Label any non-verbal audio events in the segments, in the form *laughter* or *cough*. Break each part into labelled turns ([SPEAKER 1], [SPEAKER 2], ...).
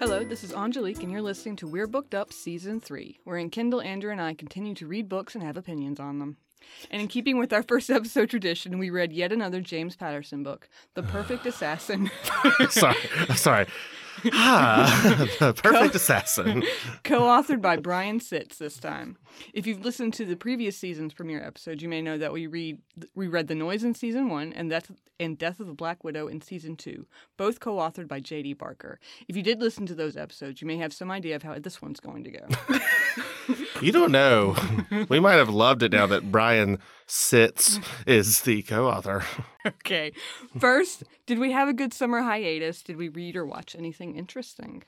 [SPEAKER 1] Hello, this is Angelique, and you're listening to We're Booked Up Season 3, wherein Kendall, Andrew, and I continue to read books and have opinions on them. And in keeping with our first episode tradition, we read yet another James Patterson book, The Perfect Assassin, *laughs*
[SPEAKER 2] *laughs* sorry, I'm sorry. Ah, *laughs* the perfect assassin.
[SPEAKER 1] co authored by Brian Sitz this time. If you've listened to the previous season's premiere episode, you may know that we read we read The Noise in Season 1 and Death, and Death of the Black Widow in Season 2, both co authored by J.D. Barker. If you did listen to those episodes, you may have some idea of how this one's going to go.
[SPEAKER 2] You don't know. We might have loved it now that Brian Sitz is the co-author.
[SPEAKER 1] Okay. First, did we have a good summer hiatus? Did we read or watch anything interesting?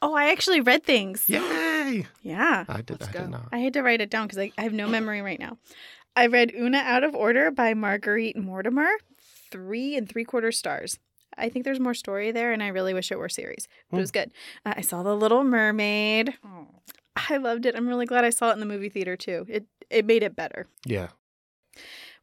[SPEAKER 3] Oh, I actually read things.
[SPEAKER 2] Yay!
[SPEAKER 3] Yeah.
[SPEAKER 2] I did.
[SPEAKER 1] Let's
[SPEAKER 2] I
[SPEAKER 1] go.
[SPEAKER 2] did not.
[SPEAKER 3] I had to write it down because I, I have no memory right now. I read Una Out of Order by Marguerite Mortimer, three and three quarter stars. I think there's more story there, and I really wish it were series, but it was
[SPEAKER 2] Hmm.
[SPEAKER 3] good. Uh, I saw The Little Mermaid.
[SPEAKER 1] Oh.
[SPEAKER 3] I loved it. I'm really glad I saw it in the movie theater too. It it made it better.
[SPEAKER 2] Yeah.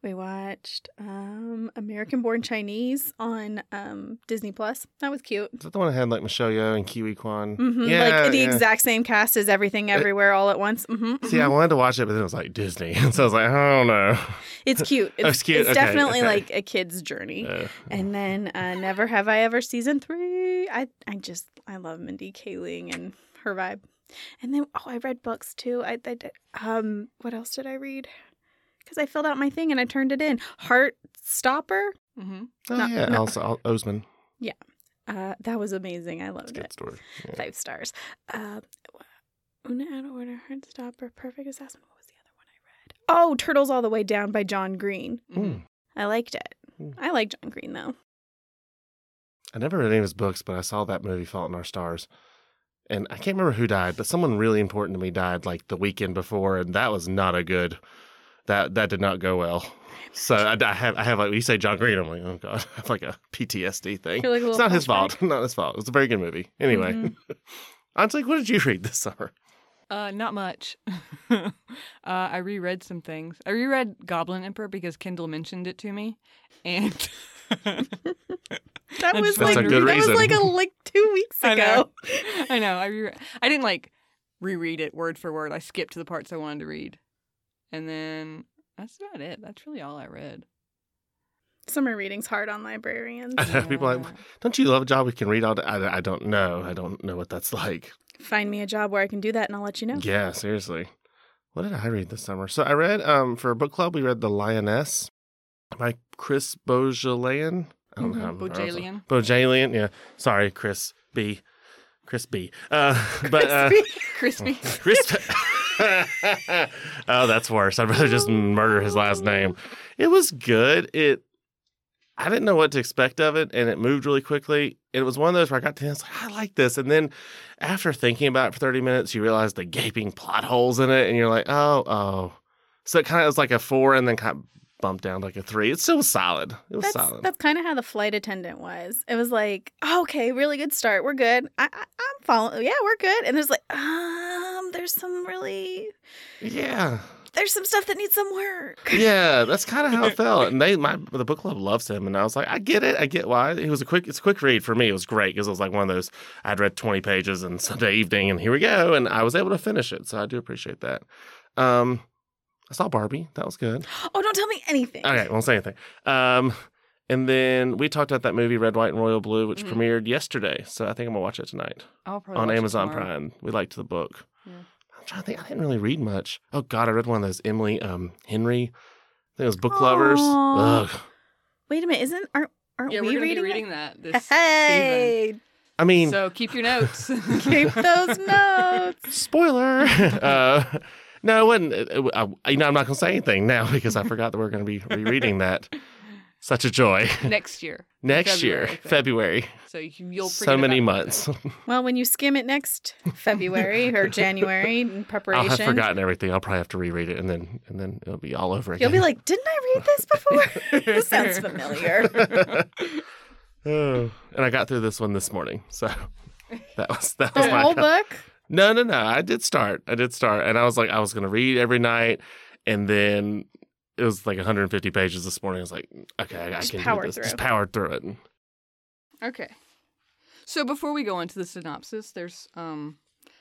[SPEAKER 3] We watched um, American Born Chinese on um, Disney Plus. That was cute.
[SPEAKER 2] Is that the one I had like Michelle Yeoh and Kiwi Kwan?
[SPEAKER 3] hmm
[SPEAKER 2] Yeah,
[SPEAKER 3] like the
[SPEAKER 2] yeah.
[SPEAKER 3] exact same cast as Everything Everywhere All at Once. hmm
[SPEAKER 2] See, I wanted to watch it, but then it was like Disney, *laughs* and so I was like, I don't know.
[SPEAKER 3] It's
[SPEAKER 2] *laughs*
[SPEAKER 3] cute. It's,
[SPEAKER 2] it's Oh, cute.
[SPEAKER 3] it's
[SPEAKER 2] Okay,
[SPEAKER 3] definitely
[SPEAKER 2] okay.
[SPEAKER 3] like a kid's journey.
[SPEAKER 2] Uh,
[SPEAKER 3] And then uh, Never Have I Ever season three. I I just I love Mindy Kaling and her vibe. And then oh, I read books too. I, I did- um what else did I read? Because I filled out my thing and I turned it in. Heart Stopper.
[SPEAKER 1] Mm-hmm.
[SPEAKER 2] oh
[SPEAKER 3] No,
[SPEAKER 2] yeah,
[SPEAKER 3] no.
[SPEAKER 2] Elsa Al- Osman.
[SPEAKER 3] Uh, that was amazing. I
[SPEAKER 2] It's
[SPEAKER 3] loved
[SPEAKER 2] a good
[SPEAKER 3] it.
[SPEAKER 2] story. Yeah.
[SPEAKER 3] Five stars. Uh, Una Out of Order, Heart Stopper, Perfect Assassin. What was the other one I read? Oh, Turtles All the Way Down by John Green.
[SPEAKER 1] Mm-hmm.
[SPEAKER 2] Mm.
[SPEAKER 3] I liked it.
[SPEAKER 2] Hmm.
[SPEAKER 3] I like John Green though.
[SPEAKER 2] I never read any of his books, but I saw that movie Fault in Our Stars. And I can't remember who died, but someone really important to me died like the weekend before, and that was not a good. That that did not go well. So I, I have I have like when you say John Green, I'm like oh god, *laughs* I have like a PTSD thing.
[SPEAKER 3] You're like a
[SPEAKER 2] It's
[SPEAKER 3] little
[SPEAKER 2] not his
[SPEAKER 3] flashback.
[SPEAKER 2] fault. *laughs* Not his fault. It was a very good movie. Anyway,
[SPEAKER 3] Mhm.
[SPEAKER 2] *laughs* I was like, what did you read this summer?
[SPEAKER 1] Uh, not much. *laughs* uh, I reread some things. I reread Goblin Emperor because Kendall mentioned it to me, and *laughs*
[SPEAKER 3] That
[SPEAKER 1] That's
[SPEAKER 3] was
[SPEAKER 1] just- That's
[SPEAKER 3] like
[SPEAKER 1] a good
[SPEAKER 3] that
[SPEAKER 2] reason.
[SPEAKER 3] was like a like two
[SPEAKER 2] *laughs*
[SPEAKER 3] weeks
[SPEAKER 1] I know.
[SPEAKER 3] ago.
[SPEAKER 1] I know I reread. I didn't like reread it word for word. I skipped to the parts I wanted to read, and then that's about it. That's really all I read.
[SPEAKER 3] Summer reading's hard on librarians.
[SPEAKER 2] *laughs* I know people
[SPEAKER 1] Uh,
[SPEAKER 2] are like, don't you love a job we can read all? Day? I I don't know. I don't know what that's *laughs* like.
[SPEAKER 3] Find me a job where I can do that, and I'll let you know.
[SPEAKER 2] Yeah, seriously. What did I read this summer? So I read um for book club we read The Lioness by Chris Bojalian. I don't know. how I'm
[SPEAKER 1] Bojalian.
[SPEAKER 2] Bojalian, yeah. Sorry, Chris B. Chris B. Uh but
[SPEAKER 3] *laughs*
[SPEAKER 2] uh *laughs*
[SPEAKER 1] Crispy.
[SPEAKER 2] Chris *laughs* Oh, that's worse. I'd rather
[SPEAKER 3] *laughs*
[SPEAKER 2] just murder his last name. It was good. It I didn't know what to expect of it and it moved really quickly. It was one of those where I got to the end, I was like, I like this. And then after thinking about it for 30 minutes, you realize the gaping plot holes in it and you're like, oh, oh. So it kind of was like a four and then kind of bumped down to like a three. It still was solid. It was
[SPEAKER 3] That's
[SPEAKER 2] solid.
[SPEAKER 3] that's kind of how the flight attendant was. It was like, oh, okay, really good start. We're good. I, I I'm following. Yeah, we're good. And there's like, um, there's some really
[SPEAKER 2] Yeah.
[SPEAKER 3] there's some stuff that needs some work.
[SPEAKER 2] yeah, that's kind of how it felt. And they, my the book club loves him, and I was like, I get it, I get why. It was a quick, it's a quick read for me. It was great because it was like one of those I'd read twenty pages in *laughs* Sunday evening, and here we go, and I was able to finish it. So I do appreciate that. Um, I saw Barbie. That was good.
[SPEAKER 3] *laughs* Oh, don't tell me anything.
[SPEAKER 2] Okay, won't say anything. Um, and then we talked about that movie Red, White, and Royal Blue, which
[SPEAKER 1] Mhm.
[SPEAKER 2] premiered yesterday. So I think I'm gonna watch it tonight
[SPEAKER 1] I'll probably
[SPEAKER 2] on
[SPEAKER 1] watch it
[SPEAKER 2] Amazon
[SPEAKER 1] tomorrow.
[SPEAKER 2] Prime. We liked the book.
[SPEAKER 1] Yeah.
[SPEAKER 2] I'm trying to think. I didn't really read much. Oh God, I read one of those Emily um, Henry. I think it was Book Lovers.
[SPEAKER 3] Aw.
[SPEAKER 2] Ugh.
[SPEAKER 3] Wait a minute. Isn't aren't aren't
[SPEAKER 1] Yeah,
[SPEAKER 3] we
[SPEAKER 1] we're gonna
[SPEAKER 3] reading?
[SPEAKER 1] be reading
[SPEAKER 3] it?
[SPEAKER 1] that this season.
[SPEAKER 3] Hey,
[SPEAKER 2] I mean,
[SPEAKER 1] So keep your
[SPEAKER 2] *laughs*
[SPEAKER 1] notes. *laughs*
[SPEAKER 3] keep those notes.
[SPEAKER 2] spoiler. *laughs* uh, no, it wasn't. It, it, I, you know, I'm not going to say anything now *laughs* because I forgot that we're going to be rereading that. Such
[SPEAKER 1] *laughs*
[SPEAKER 2] a joy.
[SPEAKER 1] Next year.
[SPEAKER 2] *laughs* Next
[SPEAKER 1] February, I
[SPEAKER 2] year,
[SPEAKER 1] think.
[SPEAKER 2] February.
[SPEAKER 1] So you, you'll forget
[SPEAKER 2] so many
[SPEAKER 1] about it.
[SPEAKER 2] months. *laughs*
[SPEAKER 3] Well, when you skim it next February or January in
[SPEAKER 2] I'll
[SPEAKER 3] preparation,
[SPEAKER 2] have forgotten everything. I'll probably have to reread it, and then and then it'll be all over
[SPEAKER 3] you'll
[SPEAKER 2] again.
[SPEAKER 3] be like, "Didn't I read
[SPEAKER 2] *laughs*
[SPEAKER 3] this before? this sounds familiar."
[SPEAKER 2] oh. *sighs* And I got through this one this morning, so *laughs* that was that was
[SPEAKER 3] The
[SPEAKER 2] my
[SPEAKER 3] whole book.
[SPEAKER 2] No, no, no. I did start. I did start. And I was like, I was going to read every night. And then it was like 150 pages this morning. I was like, okay, I, I
[SPEAKER 3] Just
[SPEAKER 2] can
[SPEAKER 3] power
[SPEAKER 2] do this. Just
[SPEAKER 3] through.
[SPEAKER 2] power through it.
[SPEAKER 1] Okay. So before we go on to the synopsis, there's um,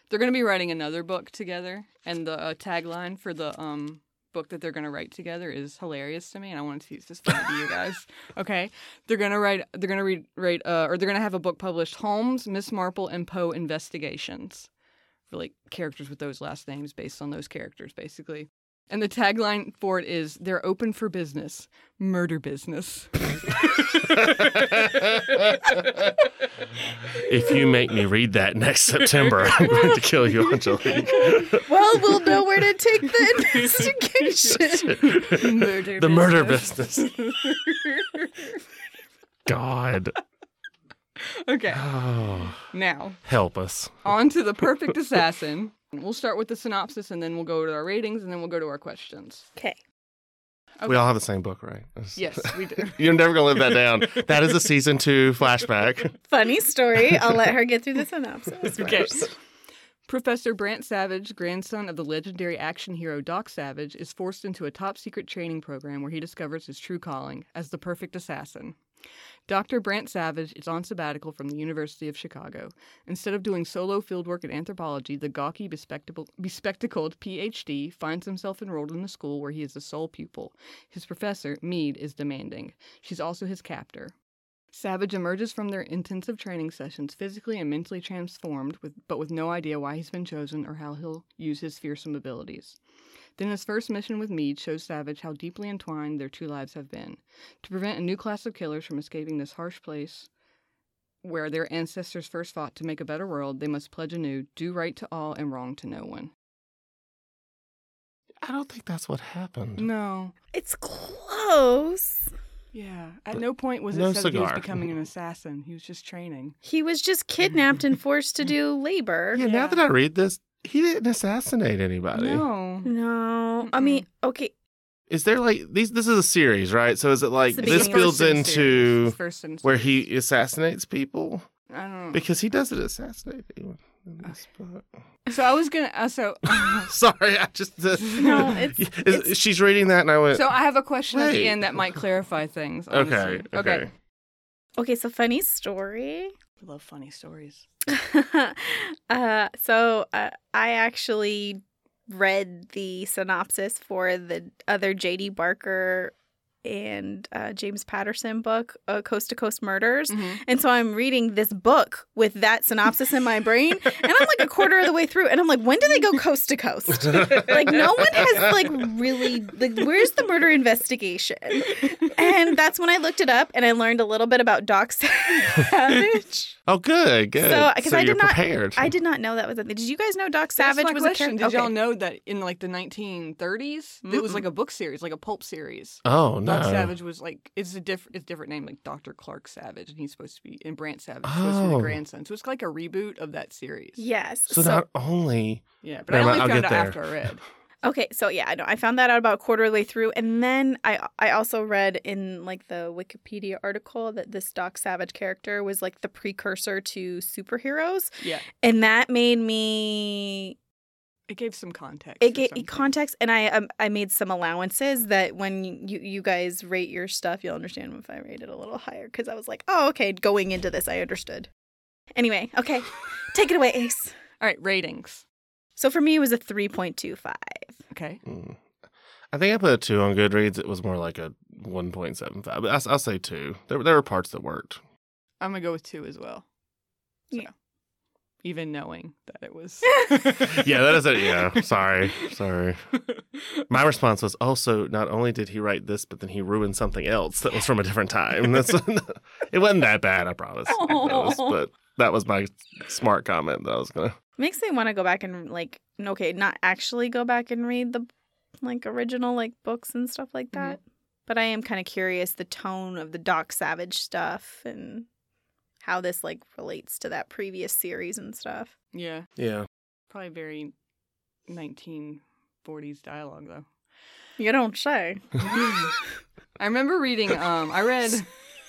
[SPEAKER 1] they're going to be writing another book together, and the uh, tagline for the um book that they're going to write together is hilarious to me, and I want to teach this funny to you guys. Okay, they're going to write, they're going to read, write, uh, or they're going to have a book published: Holmes, Miss Marple, and Poe investigations for like characters with those last names based on those characters, basically. And the tagline for it is "They're open for business, murder business."
[SPEAKER 3] *laughs*
[SPEAKER 2] if you make me read that next September, I'm going to kill you, Angelique.
[SPEAKER 3] *laughs* Well, we'll know where to
[SPEAKER 2] *laughs*
[SPEAKER 3] take the investigation.
[SPEAKER 1] murder
[SPEAKER 2] the murder business. God.
[SPEAKER 1] *laughs*
[SPEAKER 2] *sighs*
[SPEAKER 1] okay,
[SPEAKER 2] Oh,
[SPEAKER 1] now
[SPEAKER 2] help us.
[SPEAKER 1] on to the perfect assassin. We'll start with the synopsis, and then we'll go to our ratings, and then we'll go to our questions.
[SPEAKER 3] Okay.
[SPEAKER 2] We all have the same book, right?
[SPEAKER 1] Yes, we do.
[SPEAKER 2] You're never going to live that down. That is a season two flashback.
[SPEAKER 3] Funny story. I'll let her get through the synopsis.
[SPEAKER 1] Okay.
[SPEAKER 3] first.
[SPEAKER 1] Professor Brant Savage, grandson of the legendary action hero Doc Savage, is forced into a top secret training program where he discovers his true calling as the perfect assassin. Dr. Brant Savage is on sabbatical from the University of Chicago. Instead of doing solo fieldwork in anthropology, the gawky, bespectable- bespectacled PhD finds himself enrolled in a school where he is the sole pupil. His professor, Mead, is demanding. She's also his captor. Savage emerges from their intensive training sessions physically and mentally transformed, with, but with no idea why he's been chosen or how he'll use his fearsome abilities. Then his first mission with Meade shows Savage how deeply entwined their two lives have been. To prevent a new class of killers from escaping this harsh place where their ancestors first fought to make a better world, they must pledge anew do right to all and wrong to no one.
[SPEAKER 2] *laughs* I don't think that's what happened.
[SPEAKER 1] No.
[SPEAKER 3] It's close.
[SPEAKER 1] Yeah. At no point was
[SPEAKER 2] No
[SPEAKER 1] it said that he was
[SPEAKER 2] cigar.
[SPEAKER 1] becoming an assassin. He was just training.
[SPEAKER 3] He was just kidnapped and forced to do labor.
[SPEAKER 2] Yeah, now that I read this, he didn't assassinate anybody.
[SPEAKER 1] *laughs* No.
[SPEAKER 3] No. I
[SPEAKER 1] Mm-mm.
[SPEAKER 3] mean, okay.
[SPEAKER 2] Is there like these? This is a series, right? So is it like
[SPEAKER 3] It's the
[SPEAKER 2] this
[SPEAKER 3] beginning.
[SPEAKER 2] builds
[SPEAKER 1] First in the series.
[SPEAKER 2] into
[SPEAKER 1] First in the
[SPEAKER 2] where
[SPEAKER 1] series.
[SPEAKER 2] he assassinates people
[SPEAKER 1] I don't know.
[SPEAKER 2] because he doesn't assassinate anyone. in this
[SPEAKER 3] Ah.
[SPEAKER 2] book. *laughs*
[SPEAKER 1] So I was gonna. Uh, so, *laughs*
[SPEAKER 2] Sorry, I just the,
[SPEAKER 1] No,
[SPEAKER 3] it's-
[SPEAKER 2] *laughs* Is-
[SPEAKER 3] it's-
[SPEAKER 2] she's reading that and I went
[SPEAKER 1] so I have a question at
[SPEAKER 2] Wait.
[SPEAKER 1] the end that might clarify things. honestly.
[SPEAKER 2] okay, okay,
[SPEAKER 3] Okay, so funny story.
[SPEAKER 1] I love funny stories.
[SPEAKER 3] *laughs* uh, so uh, I actually read the synopsis for the other J.D. Barker and uh, James Patterson book, uh, Coast to Coast Murders.
[SPEAKER 1] Mm-hmm.
[SPEAKER 3] And so I'm reading this book with that synopsis in my brain, and I'm like a quarter of the way through, and I'm like, when do they go coast to coast?
[SPEAKER 2] *laughs*
[SPEAKER 3] Like no one has like really like where's the murder investigation? And that's when I looked it up and I learned a little bit about Doc Savage.
[SPEAKER 2] Oh, good, good.
[SPEAKER 3] So, 'cause I
[SPEAKER 2] you're
[SPEAKER 3] did not-
[SPEAKER 2] prepared.
[SPEAKER 3] I did not know that was a thing. Did you guys know Doc
[SPEAKER 1] *laughs* That's
[SPEAKER 3] Savage
[SPEAKER 1] my
[SPEAKER 3] was
[SPEAKER 1] question.
[SPEAKER 3] a
[SPEAKER 1] Did
[SPEAKER 3] character?
[SPEAKER 1] y'all know that in like the 1930s, it was like a book series, like a pulp series.
[SPEAKER 2] Oh no.
[SPEAKER 1] Doc Savage was like it's a different it's a different name, like Doctor Clark Savage, and he's supposed to be and Brant Savage is supposed to be
[SPEAKER 2] Oh.
[SPEAKER 1] the grandson. So it's like a reboot of that series.
[SPEAKER 3] Yes.
[SPEAKER 2] So, not only
[SPEAKER 1] Yeah, but I
[SPEAKER 2] Never
[SPEAKER 1] only
[SPEAKER 2] mind, I'll
[SPEAKER 1] found
[SPEAKER 2] get
[SPEAKER 1] out after
[SPEAKER 2] there.
[SPEAKER 1] I read.
[SPEAKER 3] okay, so yeah, I know. I found that out about quarter of the way through, and then I I also read in like the Wikipedia article that this Doc Savage character was like the precursor to superheroes,
[SPEAKER 1] Yeah,
[SPEAKER 3] and that made me
[SPEAKER 1] it gave some context.
[SPEAKER 3] it
[SPEAKER 1] or
[SPEAKER 3] gave
[SPEAKER 1] something.
[SPEAKER 3] context, and I um, I made some allowances that when you you guys rate your stuff, you'll understand if I rate it a little higher because I was like, oh okay, going into this, I understood. Anyway, *laughs* okay, take it away, Ace.
[SPEAKER 1] All right, ratings.
[SPEAKER 3] So for me, it was a 3.25.
[SPEAKER 1] Okay.
[SPEAKER 2] Mm. I think I put a two on Goodreads. It was more like a one point seven five. But I s- I'll, say two. There, there were parts that worked.
[SPEAKER 1] I'm gonna go with two as well. So,
[SPEAKER 3] Yeah.
[SPEAKER 1] even knowing that it was.
[SPEAKER 2] *laughs* Yeah, that is
[SPEAKER 1] *laughs*
[SPEAKER 2] it. Yeah, sorry, sorry. My response was also not only did he write this, but then he ruined something else that was from a different time. That's *laughs* it wasn't that bad. I promise. I promise.
[SPEAKER 1] Aw.
[SPEAKER 2] But that was my smart comment that I was gonna.
[SPEAKER 3] Makes me want to go back and like, n- okay, not actually go back and read the like original like books and stuff like that. But I am kind of curious the tone of the Doc Savage stuff and how this like relates to that previous series and stuff.
[SPEAKER 1] yeah, *laughs*
[SPEAKER 2] Yeah.
[SPEAKER 1] probably very 1940s dialogue though.
[SPEAKER 3] You don't say.
[SPEAKER 1] I remember reading. Um, I read.
[SPEAKER 2] *laughs*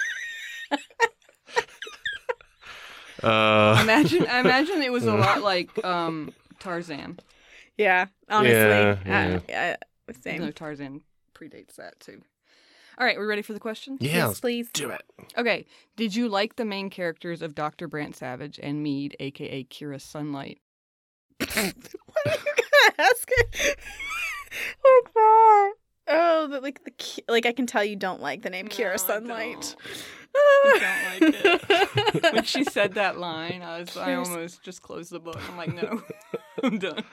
[SPEAKER 2] Uh,
[SPEAKER 1] Imagine. I imagine it was a lot
[SPEAKER 2] *laughs*
[SPEAKER 1] like um, Tarzan.
[SPEAKER 3] Yeah, honestly.
[SPEAKER 2] Yeah,
[SPEAKER 3] I, I, same.
[SPEAKER 1] No, Tarzan predates that too. All right, we ready for the question?
[SPEAKER 2] *laughs* Yeah,
[SPEAKER 3] Yes,
[SPEAKER 2] let's
[SPEAKER 3] please. *laughs*
[SPEAKER 2] do it.
[SPEAKER 1] Okay. Did you like the main characters of Dr. Brant Savage and Mead, aka Kira Sunlight?
[SPEAKER 3] What are you gonna ask it *laughs* like that? Oh, the, like the Ki- like I can tell you don't like the name
[SPEAKER 1] No, I
[SPEAKER 3] Kira Sunlight. *laughs*
[SPEAKER 1] I don't like *laughs*
[SPEAKER 3] it.
[SPEAKER 1] When she said that line, I was I
[SPEAKER 3] Kira Sun-
[SPEAKER 1] almost just closed the book. I'm like, no, *laughs* I'm done.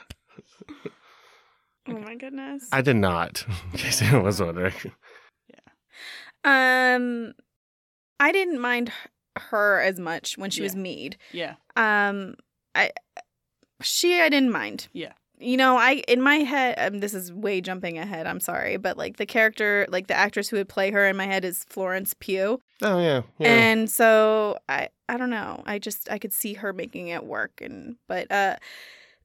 [SPEAKER 3] oh my goodness.
[SPEAKER 2] I did not. *laughs* In case anyone was wondering.
[SPEAKER 3] um, I didn't mind h- her as much when she was
[SPEAKER 1] Yeah.
[SPEAKER 3] Mead.
[SPEAKER 1] Yeah,
[SPEAKER 3] Um, I she I didn't mind.
[SPEAKER 1] Yeah.
[SPEAKER 3] You know, I in my head, um, this is way jumping ahead. I'm sorry, but like the character, like the actress who would play her in my head is Florence Pugh.
[SPEAKER 2] Oh yeah, yeah.
[SPEAKER 3] And so I I don't know. I just I could see her making it work and but uh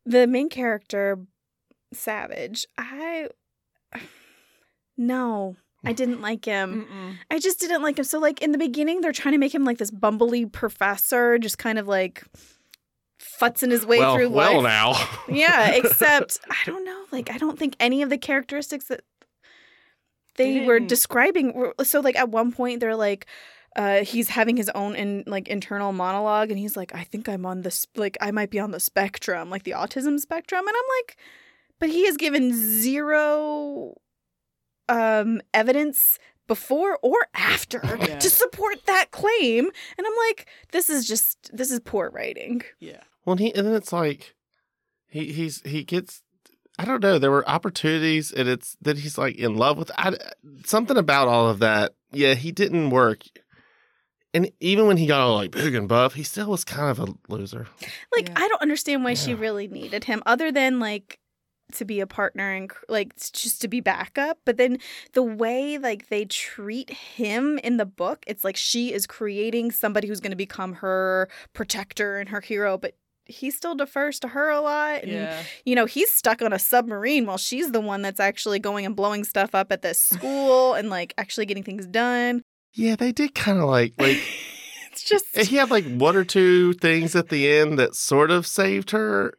[SPEAKER 3] the main character Savage, I *sighs* no, I didn't like him.
[SPEAKER 1] Mm-mm.
[SPEAKER 3] I just didn't like him. So like in the beginning they're trying to make him like this bumbly professor, just kind of like futzing his way
[SPEAKER 2] well,
[SPEAKER 3] through
[SPEAKER 2] well
[SPEAKER 3] life.
[SPEAKER 2] now.
[SPEAKER 3] *laughs*
[SPEAKER 1] *laughs*
[SPEAKER 3] Yeah, except I don't know. Like I don't think any of the characteristics that they were
[SPEAKER 1] Didn't.
[SPEAKER 3] describing. Were, so like at one point they're like, uh, he's having his own in, like internal monologue, and he's like, I think I'm on the sp- like I might be on the spectrum, like the autism spectrum, and I'm like, but he has given zero um evidence before or after
[SPEAKER 1] *laughs* Yeah.
[SPEAKER 3] to support that claim and i'm like this is just this is poor writing
[SPEAKER 1] Yeah,
[SPEAKER 2] *laughs* Well, and he and then it's like he he's he gets. I don't know. There were opportunities, and it's that he's like in love with I, something about all of that. Yeah, he didn't work. And even when he got all like big and buff, he still was kind of a loser.
[SPEAKER 3] Like
[SPEAKER 1] Yeah.
[SPEAKER 3] I don't understand why she
[SPEAKER 2] Yeah.
[SPEAKER 3] really needed him other than like to be a partner and cr- like s- just to be backup but then the way like they treat him in the book it's like she is creating somebody who's going to become her protector and her hero but he still defers to her a lot and
[SPEAKER 1] yeah.
[SPEAKER 3] you know he's stuck on a submarine while she's the one that's actually going and blowing stuff up at this school and like actually getting things done
[SPEAKER 2] Yeah, they did kind of like like
[SPEAKER 3] *laughs*
[SPEAKER 2] eh,
[SPEAKER 3] it's just
[SPEAKER 2] he had like one or two things at the end that sort of saved her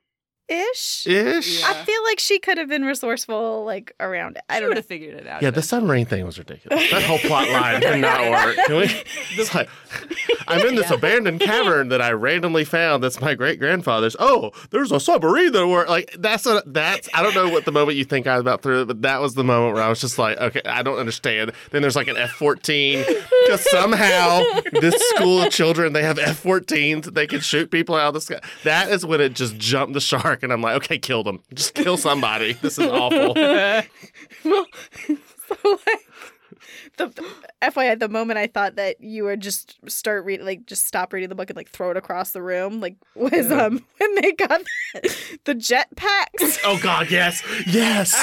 [SPEAKER 3] ish
[SPEAKER 2] ish.
[SPEAKER 1] Yeah.
[SPEAKER 2] Yeah,
[SPEAKER 3] I feel like she could have been resourceful, like around it. I
[SPEAKER 1] I
[SPEAKER 3] don't
[SPEAKER 1] would
[SPEAKER 3] know.
[SPEAKER 1] have figured it out.
[SPEAKER 2] the submarine thing was ridiculous. That whole plot
[SPEAKER 3] *laughs*
[SPEAKER 2] line did not work. Can we? It's like, I'm in this
[SPEAKER 1] Yeah.
[SPEAKER 2] abandoned cavern that I randomly found. That's my great grandfather's. Oh, there's a submarine that worked. Like that's a that's. I don't know what the moment you think I was about through it, but that was the moment where I was just like, okay, I don't understand. Then there's like an F-14. Just somehow this school of children they have F-14s that they can shoot people out of the sky. That is when it just jumped the shark, and I'm like, okay, kill them. Just kill somebody. This is awful.
[SPEAKER 3] Well, so like, the, the- FYI, the moment I thought that you would just start reading, like just stop reading the book and like throw it across the room, like was
[SPEAKER 2] Yeah.
[SPEAKER 3] um *laughs* when they got the, the jet packs.
[SPEAKER 2] *laughs* Oh God, yes, yes.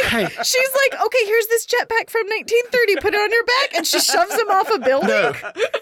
[SPEAKER 2] *laughs* okay,
[SPEAKER 3] She's like, okay, here's this jetpack from 1930. Put it on your back, and she shoves him off a building.
[SPEAKER 2] no,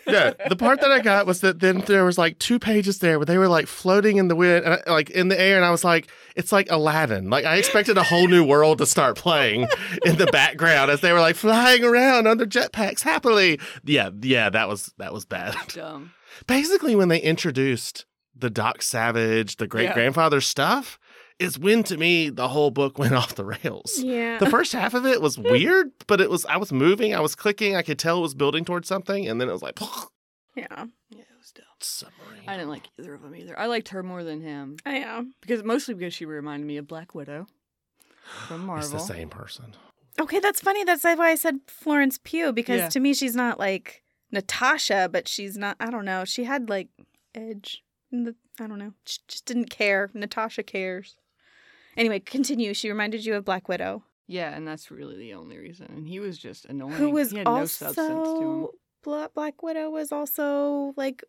[SPEAKER 2] *laughs* no. The part that I got was that then there was like two pages there where they were like floating in the wind, and I- like in the air, and I was like, it's like Aladdin. Like I expected a whole new world to start playing in the background as they were like flying around on their jetpacks happily. Yeah, yeah, that was that
[SPEAKER 1] *laughs*
[SPEAKER 2] was bad.
[SPEAKER 1] *laughs* Dumb.
[SPEAKER 2] Basically, when they introduced the Doc Savage, the great grandfather stuff, is when to me the whole book went *laughs* off the rails.
[SPEAKER 3] Yeah.
[SPEAKER 2] the first half of it was weird, but it was I was moving, I was clicking, I could tell it was building towards something, and then it was like *laughs*
[SPEAKER 3] yeah.
[SPEAKER 1] Yeah, it was dumb.
[SPEAKER 2] submarine.
[SPEAKER 1] I didn't like either of them either. I liked her more than him
[SPEAKER 3] I know.
[SPEAKER 1] because mostly because she reminded me of Black Widow from
[SPEAKER 2] It's the
[SPEAKER 1] Marvel.
[SPEAKER 2] same person.
[SPEAKER 3] Okay, that's funny. That's why I said Florence Pugh because
[SPEAKER 1] Yeah.
[SPEAKER 3] to me she's not like Natasha, but she's not. I don't know. She had like edge. In the, I don't know. She just didn't care. Natasha cares. Anyway, continue. She reminded you of Black Widow,
[SPEAKER 1] Yeah, and that's really the only reason. And he was just annoying.
[SPEAKER 3] who was
[SPEAKER 1] he had no
[SPEAKER 3] also
[SPEAKER 1] substance to him.
[SPEAKER 3] Bla- Black Widow was also like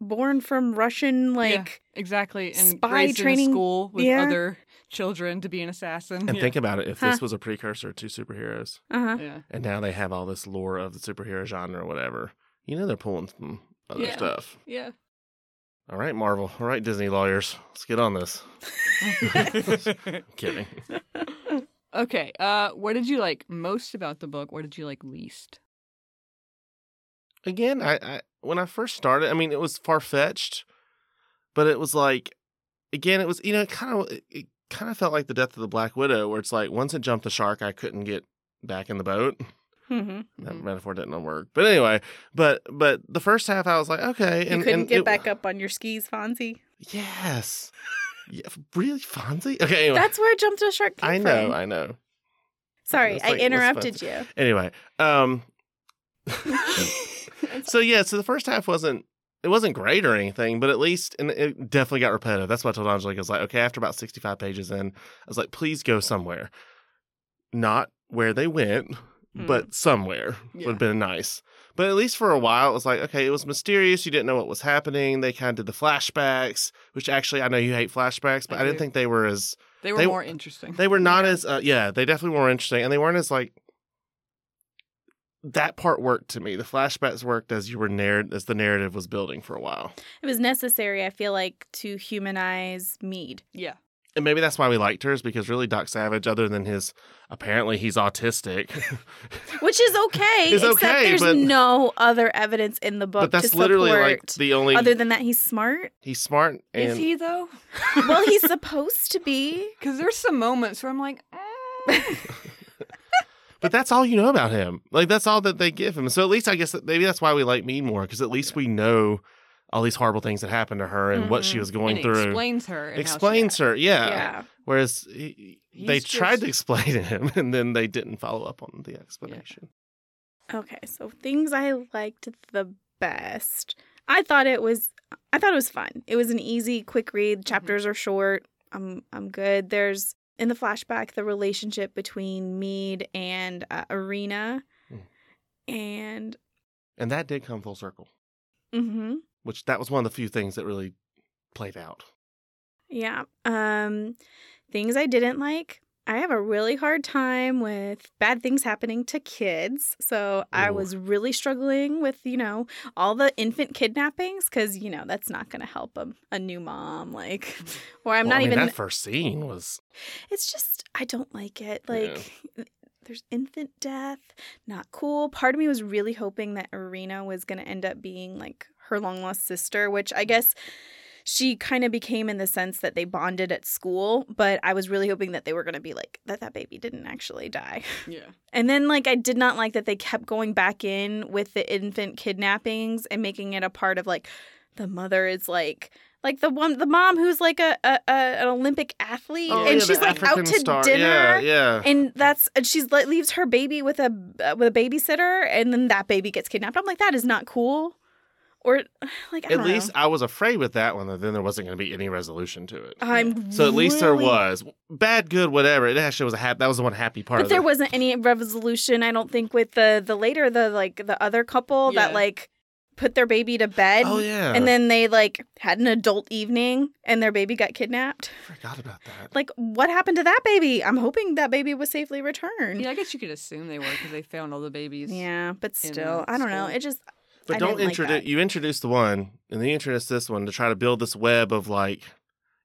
[SPEAKER 3] born from Russian
[SPEAKER 1] Yeah,
[SPEAKER 3] like
[SPEAKER 1] exactly, and
[SPEAKER 3] spy
[SPEAKER 1] raised in
[SPEAKER 3] training-
[SPEAKER 1] a school with
[SPEAKER 3] yeah.
[SPEAKER 1] other children to be an assassin.
[SPEAKER 2] And
[SPEAKER 1] yeah.
[SPEAKER 2] think about it, if
[SPEAKER 3] Huh.
[SPEAKER 2] this was a precursor to superheroes,
[SPEAKER 3] uh-huh.
[SPEAKER 1] yeah,
[SPEAKER 2] and now they have all this lore of the superhero genre or whatever, you know they're pulling from other
[SPEAKER 1] Yeah.
[SPEAKER 2] stuff.
[SPEAKER 1] *laughs* yeah.
[SPEAKER 2] All right, Marvel. All right, Disney lawyers. Let's get on this. *laughs*
[SPEAKER 1] *laughs*
[SPEAKER 2] Kidding.
[SPEAKER 1] okay, uh, what did you like most about the book? What did you like least?
[SPEAKER 2] again, I, I when I first started, I mean, it was far fetched, but it was like, again, it was you know, it kind of it, it kind of felt like the death of the Black Widow, where it's like once it jumped the shark, I couldn't get back in the boat. *laughs*
[SPEAKER 3] Mm-hmm.
[SPEAKER 2] That
[SPEAKER 1] Mhm.
[SPEAKER 2] metaphor didn't work. But anyway, but but the first half I was like, okay,
[SPEAKER 3] You couldn't get back up on your skis, Fonzie.
[SPEAKER 2] *laughs* Yes. yeah, really, Fonzie? Okay, anyway.
[SPEAKER 3] That's where Jump to a Shark came
[SPEAKER 2] I know,
[SPEAKER 3] from.
[SPEAKER 2] I know.
[SPEAKER 3] Sorry,
[SPEAKER 2] That's
[SPEAKER 3] I
[SPEAKER 2] like- that's
[SPEAKER 3] interrupted you.
[SPEAKER 2] Anyway, um *laughs*
[SPEAKER 3] *laughs*
[SPEAKER 2] so yeah, so the first half wasn't it wasn't great or anything, but at least and it definitely got repetitive. That's why I told Angelique, I was like, okay, after about sixty five pages in, I was like, please go somewhere. Not where they went, but somewhere
[SPEAKER 1] Mm. Yeah.
[SPEAKER 2] would have been nice. But at least for a while, it was like, okay, it was mysterious. You didn't know what was happening. They kind of did the flashbacks, which actually I know you hate flashbacks, but
[SPEAKER 1] I
[SPEAKER 2] I, didn't
[SPEAKER 1] do.
[SPEAKER 2] think they were as
[SPEAKER 1] They were
[SPEAKER 2] They-
[SPEAKER 1] more interesting.
[SPEAKER 2] they were not as uh, yeah they definitely were interesting and they weren't as like that part worked to me the flashbacks worked as you were narr- as the narrative was building for a while
[SPEAKER 3] It was necessary, I feel like, to humanize Mead.
[SPEAKER 1] yeah.
[SPEAKER 2] and maybe that's why we liked hers because really doc savage other than his apparently he's autistic
[SPEAKER 3] Which is okay,
[SPEAKER 2] It's
[SPEAKER 3] except
[SPEAKER 2] okay,
[SPEAKER 3] there's
[SPEAKER 2] but-
[SPEAKER 3] no other evidence in the book
[SPEAKER 2] *laughs* but that's
[SPEAKER 3] to
[SPEAKER 2] literally
[SPEAKER 3] support
[SPEAKER 2] like the only
[SPEAKER 3] other than that he's smart.
[SPEAKER 2] he's smart and
[SPEAKER 1] Is he *laughs* though?
[SPEAKER 3] well, he's supposed to
[SPEAKER 2] *laughs*
[SPEAKER 3] be.
[SPEAKER 1] Because there's some moments where I'm like, mm.
[SPEAKER 2] but that's all you know about him like that's all that they give him so at least i guess that maybe that's why we like me more because at least we know all these horrible things that happened to her and what she
[SPEAKER 3] Mhm.
[SPEAKER 2] was *laughs* going
[SPEAKER 1] and it
[SPEAKER 2] through
[SPEAKER 1] explains her. And how she
[SPEAKER 2] explains her
[SPEAKER 3] yeah.
[SPEAKER 2] Whereas he,
[SPEAKER 1] He's
[SPEAKER 2] they tried
[SPEAKER 1] just-
[SPEAKER 2] to explain *laughs* to him, and then they didn't follow up on the explanation.
[SPEAKER 3] Okay, so things I liked the best. I thought it was I thought it was fun. It was an easy, quick read.
[SPEAKER 2] Mm-hmm.
[SPEAKER 3] Chapters are short. I'm I'm good. There's in the flashback the relationship between Mead and uh, Arena.
[SPEAKER 2] Mm.
[SPEAKER 3] And
[SPEAKER 2] And that did come full circle,
[SPEAKER 3] mhm.
[SPEAKER 2] which that was one of the few things that really played out.
[SPEAKER 3] Yeah. Um things I didn't like. I have a really hard time with bad things happening to kids. So I
[SPEAKER 2] Ooh.
[SPEAKER 3] was really struggling with, you know, all the infant kidnappings cuz you know, that's not going to help a, a new mom like *laughs* or I'm
[SPEAKER 2] Well,
[SPEAKER 3] not
[SPEAKER 2] I mean,
[SPEAKER 3] even
[SPEAKER 2] that first scene was
[SPEAKER 3] It's just I don't like it.
[SPEAKER 2] Yeah.
[SPEAKER 3] Like *laughs* there's infant death. Not cool. Part of me was really hoping that Irina was going to end up being like her long lost sister, which I guess she kind of became in the sense that they bonded at school, but I was really hoping that they were going to be like that that baby didn't actually die.
[SPEAKER 1] Yeah.
[SPEAKER 3] And then like I did not like that they kept going back in with the infant kidnappings and making it a part of like the mother is like like the one the mom who's like a, a, a an Olympic athlete
[SPEAKER 1] Oh,
[SPEAKER 3] and
[SPEAKER 1] yeah,
[SPEAKER 3] she's
[SPEAKER 1] the
[SPEAKER 3] like
[SPEAKER 2] African
[SPEAKER 3] out to
[SPEAKER 2] star-
[SPEAKER 3] dinner
[SPEAKER 2] Yeah, yeah.
[SPEAKER 3] and that's and she's like leaves her baby with a uh, with a babysitter and then that baby gets kidnapped. I'm like that is not cool. Or *sighs* like I
[SPEAKER 2] At
[SPEAKER 3] don't
[SPEAKER 2] least
[SPEAKER 3] know.
[SPEAKER 2] I was afraid with that one that then there wasn't going to be any resolution to it.
[SPEAKER 3] I'm
[SPEAKER 2] So at least there
[SPEAKER 3] Oh, really-
[SPEAKER 2] was bad, good, whatever. It actually was a happy. That was the one happy part.
[SPEAKER 3] But
[SPEAKER 2] of
[SPEAKER 3] there
[SPEAKER 2] it.
[SPEAKER 3] wasn't any resolution, I don't think, with the the later the like the other couple that
[SPEAKER 1] Yeah.
[SPEAKER 3] like put their baby to bed.
[SPEAKER 2] Oh yeah.
[SPEAKER 3] And then they like had an adult evening and their baby got kidnapped.
[SPEAKER 2] I forgot about that.
[SPEAKER 3] Like, what happened to that baby? I'm hoping that baby was safely returned.
[SPEAKER 1] Yeah, I guess you could assume they were because they found all the babies.
[SPEAKER 3] Yeah, but
[SPEAKER 1] In
[SPEAKER 3] still, I don't know.
[SPEAKER 1] school.
[SPEAKER 3] It just,
[SPEAKER 2] But
[SPEAKER 3] I
[SPEAKER 2] don't
[SPEAKER 3] didn't like
[SPEAKER 2] introduce.
[SPEAKER 3] that.
[SPEAKER 2] you introduce the one, and then you introduce this one to try to build this web of like,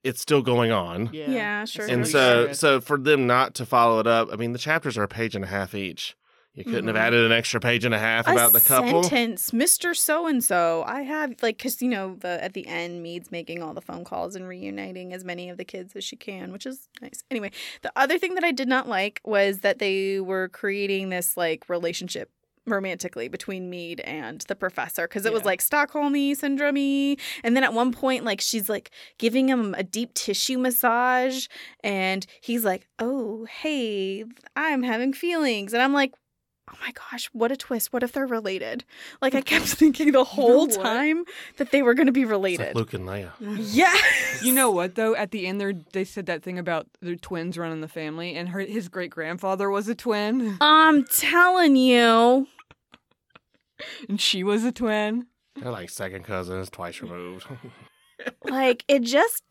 [SPEAKER 2] it's still going on.
[SPEAKER 1] Yeah.
[SPEAKER 3] yeah, sure.
[SPEAKER 2] and
[SPEAKER 1] Sure.
[SPEAKER 2] so,
[SPEAKER 1] Sure.
[SPEAKER 2] so for them not to follow it up, I mean, the chapters are a page and a half each. You couldn't have
[SPEAKER 3] Mhm.
[SPEAKER 2] added an extra page and a half
[SPEAKER 3] a
[SPEAKER 2] about the couple.
[SPEAKER 3] sentence, Mr. So and so. I have like, cause you know, the at the end, Mead's making all the phone calls and reuniting as many of the kids as she can, which is nice. Anyway, the other thing that I did not like was that they were creating this like relationship romantically between Mead and the professor because it was
[SPEAKER 1] Yeah.
[SPEAKER 3] like Stockholmy syndrome and then at one point like she's like giving him a deep tissue massage and he's like oh hey I'm having feelings and I'm like oh my gosh what a twist what if they're related like
[SPEAKER 1] *laughs*
[SPEAKER 3] I kept thinking the whole
[SPEAKER 1] what?
[SPEAKER 3] time that they were going to be
[SPEAKER 2] It's like
[SPEAKER 3] related
[SPEAKER 2] Luke and Leia.
[SPEAKER 3] yeah
[SPEAKER 1] You know what though? At the end, there they said that thing about the twins running the family, and her his great grandfather was a twin,
[SPEAKER 3] *laughs*
[SPEAKER 1] *laughs*
[SPEAKER 3] I'm telling you
[SPEAKER 1] and she was a twin.
[SPEAKER 2] They're like second cousins,
[SPEAKER 3] *laughs*
[SPEAKER 2] twice removed. *laughs*
[SPEAKER 3] like it just